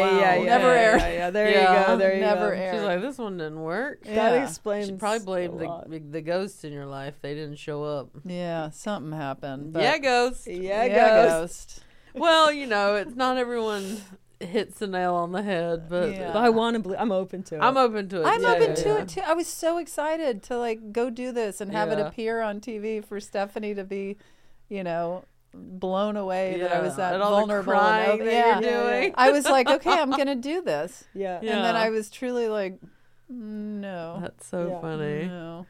Speaker 1: wow.
Speaker 4: yeah, yeah.
Speaker 3: Never
Speaker 4: yeah,
Speaker 3: aired.
Speaker 4: Yeah, yeah. There you
Speaker 3: Yeah.
Speaker 4: go. There you
Speaker 3: Never
Speaker 4: go.
Speaker 3: aired.
Speaker 1: She's like, this one didn't work.
Speaker 4: That
Speaker 3: Yeah.
Speaker 4: explains
Speaker 1: She probably
Speaker 4: a
Speaker 1: blamed
Speaker 4: lot.
Speaker 1: the, the ghosts in your life. They didn't show up.
Speaker 3: Yeah, something happened. But
Speaker 1: yeah, ghost.
Speaker 4: Yeah,
Speaker 3: yeah,
Speaker 4: ghost.
Speaker 3: ghost.
Speaker 1: Well, you know, it's not everyone hits the nail on the head, but
Speaker 3: Yeah.
Speaker 4: But I want to believe I'm open to it.
Speaker 1: I'm open to it.
Speaker 3: I'm
Speaker 1: yeah,
Speaker 3: open
Speaker 1: yeah,
Speaker 3: to
Speaker 1: yeah.
Speaker 3: it too. I was so excited to like go do this and have it
Speaker 1: Yeah.
Speaker 3: appear on TV for Stephanie to be, you know, blown away that I was
Speaker 1: Yeah,
Speaker 3: that
Speaker 1: and all the
Speaker 3: vulnerable.
Speaker 1: crying
Speaker 3: open-
Speaker 1: that
Speaker 3: yeah.
Speaker 1: you're doing.
Speaker 3: I was like, okay, I'm gonna do this.
Speaker 4: yeah.
Speaker 1: Yeah.
Speaker 3: And then I was truly like, no,
Speaker 1: That's so
Speaker 4: Yeah.
Speaker 1: funny.
Speaker 3: no.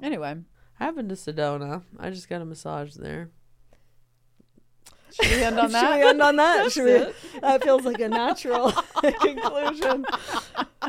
Speaker 3: Anyway,
Speaker 1: I have been to Sedona. I just got a massage there.
Speaker 3: should we end on
Speaker 4: Should we
Speaker 3: that?
Speaker 4: end on that? Should we? That feels like a natural conclusion.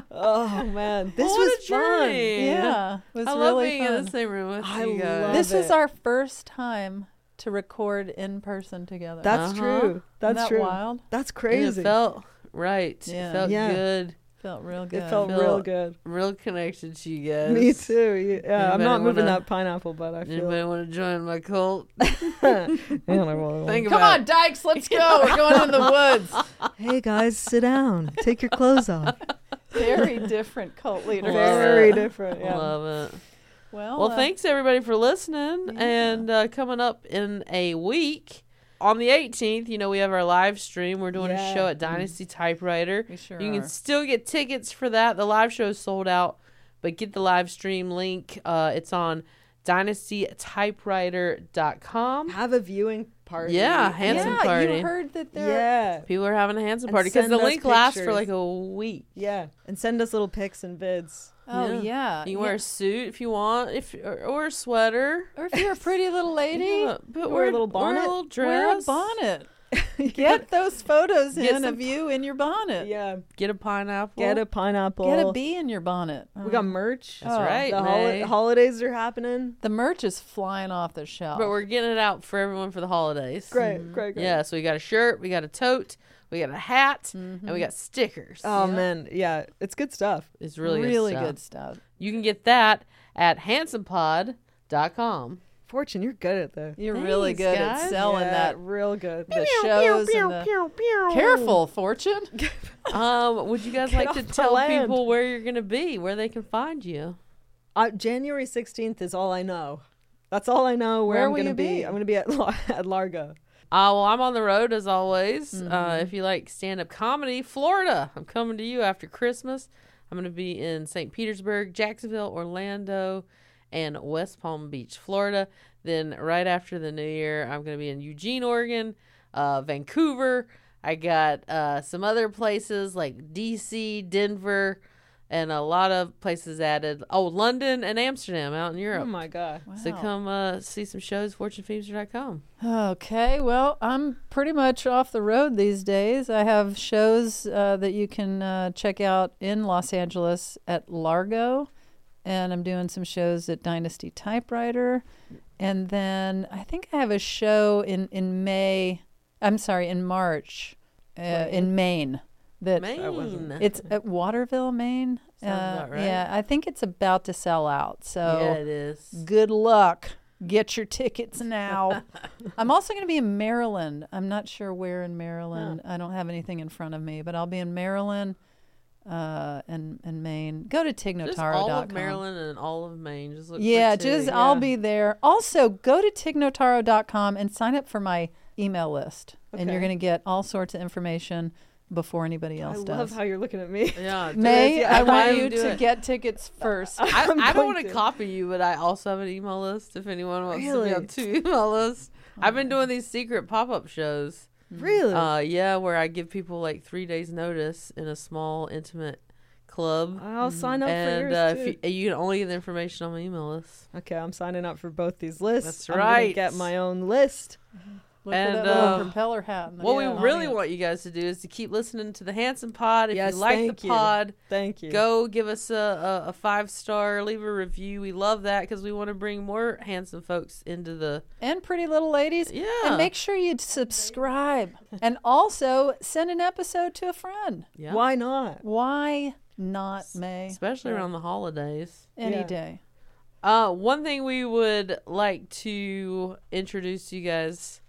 Speaker 4: Oh man, this
Speaker 1: What
Speaker 4: was
Speaker 1: a
Speaker 4: fun.
Speaker 1: journey.
Speaker 3: yeah, it was
Speaker 1: I love
Speaker 3: really
Speaker 1: being
Speaker 3: fun.
Speaker 1: in the same room with
Speaker 4: I
Speaker 1: you guys.
Speaker 4: love
Speaker 3: this was
Speaker 4: it.
Speaker 3: our first time to record in person together.
Speaker 4: That's
Speaker 1: Uh-huh.
Speaker 4: true. That's
Speaker 3: that
Speaker 4: true.
Speaker 3: wild?
Speaker 4: That's
Speaker 1: And
Speaker 4: crazy.
Speaker 1: It felt right.
Speaker 3: Yeah.
Speaker 1: It felt
Speaker 4: Yeah.
Speaker 1: good.
Speaker 3: felt real good.
Speaker 4: It felt
Speaker 1: Feel-
Speaker 4: real good.
Speaker 1: Real connected to you guys.
Speaker 4: Me too. Yeah, I'm
Speaker 1: Anybody
Speaker 4: not moving
Speaker 1: wanna-
Speaker 4: that pineapple, but I feel.
Speaker 1: Anybody want to join my cult?
Speaker 4: Animal.
Speaker 1: Think
Speaker 3: Come
Speaker 1: about
Speaker 3: on, Dykes, let's go. We're going in the woods.
Speaker 4: hey guys, sit down. Take your clothes off.
Speaker 3: Very different cult leaders.
Speaker 1: Love
Speaker 4: Very
Speaker 1: it.
Speaker 4: different.
Speaker 1: it.
Speaker 4: Yeah.
Speaker 1: Love it.
Speaker 3: Well,
Speaker 1: Well,
Speaker 3: uh,
Speaker 1: thanks everybody for listening.
Speaker 3: Yeah.
Speaker 1: And uh, coming up in a week, on the 18th, you know, we have our live stream. We're doing
Speaker 4: Yeah.
Speaker 1: a show at Dynasty Typewriter.
Speaker 3: We sure
Speaker 1: You
Speaker 3: are.
Speaker 1: can still get tickets for that. The live show is sold out, but get the live stream link. Uh, it's on dynastytypewriter.com.
Speaker 4: Have a viewing party.
Speaker 1: Yeah, handsome
Speaker 3: yeah,
Speaker 1: party.
Speaker 3: you heard that there.
Speaker 4: Yeah.
Speaker 1: People are having a handsome
Speaker 4: And
Speaker 1: party because
Speaker 4: send
Speaker 1: the
Speaker 4: us
Speaker 1: link lasts for
Speaker 4: pictures.
Speaker 1: like a week.
Speaker 4: Yeah. And send us little pics and vids.
Speaker 3: Oh yeah.
Speaker 4: Uh,
Speaker 1: You can
Speaker 3: yeah.
Speaker 1: wear a suit if you want, if or, or a sweater.
Speaker 3: or if you're a pretty little lady,
Speaker 1: Yeah, but
Speaker 4: Or a
Speaker 1: wear
Speaker 4: little
Speaker 1: Wear
Speaker 4: bonnet.
Speaker 1: a little dress.
Speaker 3: wear a bonnet. Get those photos
Speaker 1: Get
Speaker 3: in
Speaker 1: some-
Speaker 3: of you in your bonnet.
Speaker 4: Yeah.
Speaker 1: Get a pineapple.
Speaker 4: Get a pineapple.
Speaker 3: Get a bee in your bonnet. Uh,
Speaker 4: We got merch.
Speaker 1: That's right,
Speaker 4: The
Speaker 1: May.
Speaker 4: holi- holidays are happening.
Speaker 3: the merch is flying off the shelf.
Speaker 1: But we're getting it out for everyone for the holidays. Mm-hmm.
Speaker 4: Great, great, great.
Speaker 1: Yeah, so we got a shirt, we got a tote, we got a hat, and we got stickers.
Speaker 4: Mm-hmm. Oh man, yeah, it's good stuff.
Speaker 1: it's really,
Speaker 3: really
Speaker 1: good,
Speaker 3: good
Speaker 1: stuff.
Speaker 3: stuff.
Speaker 1: You can get that at handsomepod.com.
Speaker 4: Fortune, you're good at that.
Speaker 3: You're really
Speaker 1: Thanks,
Speaker 3: good
Speaker 1: guys.
Speaker 3: at selling
Speaker 4: Yeah,
Speaker 3: that.
Speaker 4: real good.
Speaker 3: The shows and the- careful, Fortune.
Speaker 1: Um, would you guys like to
Speaker 4: off my
Speaker 1: tell
Speaker 4: land.
Speaker 1: people where you're going to be, where they can find you?
Speaker 4: Uh, January 16th is all I know. That's all I know. Where,
Speaker 3: Where
Speaker 4: I'm
Speaker 3: will
Speaker 4: gonna
Speaker 3: you
Speaker 4: be.
Speaker 3: be?
Speaker 4: I'm gonna be at Lar- at
Speaker 1: Uh,
Speaker 4: Largo.
Speaker 1: well, I'm on the road as always. Uh, if you like stand up comedy, Florida, I'm coming to you after Christmas. I'm going to be in St. Petersburg, Jacksonville, Orlando, and West Palm Beach, Florida. Then, right after the new year, I'm going to be in Eugene, Oregon, uh, Vancouver. I got uh, some other places like DC, Denver, and a lot of places added. Oh, London and Amsterdam out in Europe.
Speaker 4: Oh my god.
Speaker 1: So come uh, see some shows, fortunefeamster.com.
Speaker 3: Okay, well, I'm pretty much off the road these days. I have shows uh, that you can uh, check out in Los Angeles at Largo, and I'm doing some shows at Dynasty Typewriter. And then I think I have a show in, in May, I'm sorry, in March uh, in Maine. That
Speaker 1: Maine.
Speaker 3: It's at Waterville, Maine. Uh,
Speaker 1: Sounds about right.
Speaker 3: Yeah, I think it's about to sell out. So
Speaker 1: Yeah, it is.
Speaker 3: good luck. Get your tickets now. I'm also going to be in Maryland. I'm not sure where in Maryland. I don't have anything in front of me, but I'll be in Maryland uh, and and Maine. Go to
Speaker 1: Just all of
Speaker 3: tignotaro.com.
Speaker 1: Maryland and all of Maine. Just look for
Speaker 3: Yeah,
Speaker 1: two.
Speaker 3: just I'll be there. Also, go to tignotaro.com and sign up for my email list, and you're
Speaker 4: Okay.
Speaker 3: going to get all sorts of information before anybody
Speaker 4: I
Speaker 3: else does.
Speaker 4: love how you're looking at me.
Speaker 1: Yeah, do it.
Speaker 3: May
Speaker 1: Yeah,
Speaker 3: I
Speaker 1: why
Speaker 3: want
Speaker 1: don't
Speaker 3: you
Speaker 1: do
Speaker 3: to
Speaker 1: it?
Speaker 3: get tickets first.
Speaker 1: I, I don't
Speaker 4: going
Speaker 1: want to
Speaker 4: to.
Speaker 1: copy you, but I also have an email list. If anyone wants to
Speaker 4: Really?
Speaker 1: be on two email lists, I've been doing these secret pop up shows.
Speaker 4: really?
Speaker 1: Uh, yeah, where I give people like three days notice in a small intimate club,
Speaker 4: I'll sign up for
Speaker 1: and
Speaker 4: yours
Speaker 1: uh,
Speaker 4: too. Oh,
Speaker 1: if you, you can only get the information on my email list.
Speaker 4: okay, I'm signing up for both these lists.
Speaker 1: That's
Speaker 4: I'm gonna
Speaker 1: right.
Speaker 4: get my own list.
Speaker 3: Look for
Speaker 1: And,
Speaker 3: that little
Speaker 1: uh,
Speaker 3: propeller hat. in the
Speaker 1: What we
Speaker 3: audience.
Speaker 1: really want you guys to do is to keep listening to the Handsome Pod. If
Speaker 4: Yes,
Speaker 1: you like
Speaker 4: thank
Speaker 1: the
Speaker 4: you.
Speaker 1: pod,
Speaker 4: Thank you.
Speaker 1: go give us a, a, a five star leave a review we love that because we want to bring more handsome folks into the
Speaker 3: and pretty little ladies.
Speaker 1: Yeah.
Speaker 3: And make sure you subscribe. and also send an episode to a friend.
Speaker 1: yeah
Speaker 4: Why not?
Speaker 3: Why not, May?
Speaker 1: especially around the holidays
Speaker 3: Any
Speaker 4: Yeah.
Speaker 3: day.
Speaker 1: uh one thing we would like to introduce you guys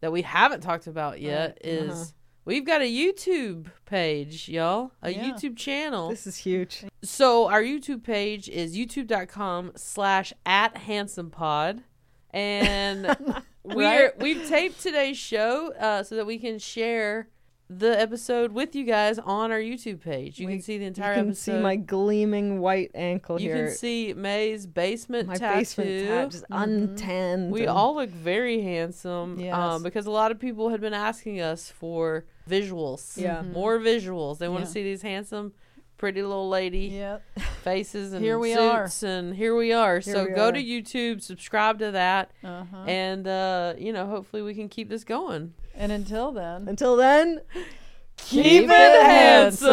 Speaker 1: that we haven't talked about yet is we've got a youtube page y'all a
Speaker 3: Yeah.
Speaker 1: youtube channel
Speaker 4: This is huge.
Speaker 1: so our youtube page is youtube.com slash at handsome pod and we're we've taped today's show uh, so that we can share the episode with you guys on our youtube page you can see the
Speaker 4: You
Speaker 1: entire
Speaker 4: can
Speaker 1: episode
Speaker 4: see my gleaming white ankle
Speaker 1: you
Speaker 4: here.
Speaker 1: can see may's basement
Speaker 4: my
Speaker 1: tattoo Mm-hmm.
Speaker 4: basement tab just untanned.
Speaker 1: we
Speaker 4: and-
Speaker 1: all look very handsome
Speaker 3: Yes.
Speaker 1: um, because a lot of people had been asking us for visuals
Speaker 4: Yeah. Mhm.
Speaker 1: more visuals they want
Speaker 3: Yeah.
Speaker 1: to see these handsome pretty little lady
Speaker 3: Yep.
Speaker 1: faces and
Speaker 3: Here we
Speaker 1: suits and here we are. so
Speaker 4: we
Speaker 1: go
Speaker 4: are.
Speaker 1: to YouTube, subscribe to that, and uh, you know hopefully we can keep this going.
Speaker 3: And until then,
Speaker 4: Until then,
Speaker 1: Keep,
Speaker 3: it handsome.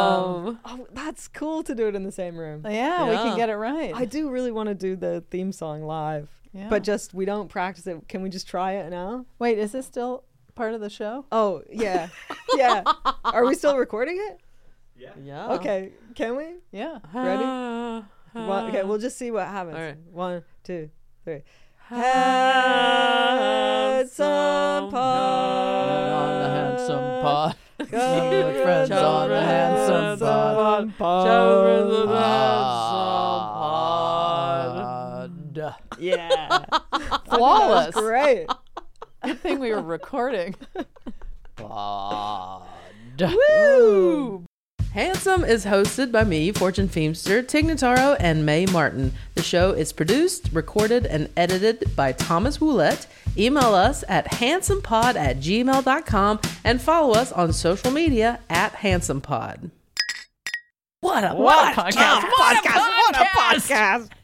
Speaker 4: oh, that's cool to do it in the same room.
Speaker 3: yeah, we
Speaker 1: Yeah.
Speaker 3: can get it right.
Speaker 4: I do really want to do the theme song live,
Speaker 3: Yeah.
Speaker 4: but just we don't practice it. Can we just try it now?
Speaker 3: Wait, is this still part of the show?
Speaker 4: Oh yeah, yeah. Are we still recording it?
Speaker 1: Yeah.
Speaker 4: Okay, can we?
Speaker 3: Yeah.
Speaker 4: Ready?
Speaker 1: Ah,
Speaker 4: One, okay, we'll just see what happens.
Speaker 1: All right.
Speaker 4: One, two, three. Handsome pod.
Speaker 3: handsome pod.
Speaker 4: Good
Speaker 3: friends on the handsome
Speaker 4: pod.
Speaker 1: Children of the
Speaker 3: Ah.
Speaker 4: Yeah.
Speaker 3: Flawless.
Speaker 4: Great.
Speaker 3: Good thing we were recording.
Speaker 1: handsome pod. Woo! Handsome is hosted by me, Fortune Feemster, Tig Notaro, and Mae Martin. The show is produced, recorded, and edited by Thomas Woolett. Email us at handsomepod at gmail.com and follow us on social media at handsomepod. What a, what,
Speaker 3: podcast.
Speaker 1: a
Speaker 3: What a podcast.
Speaker 1: podcast.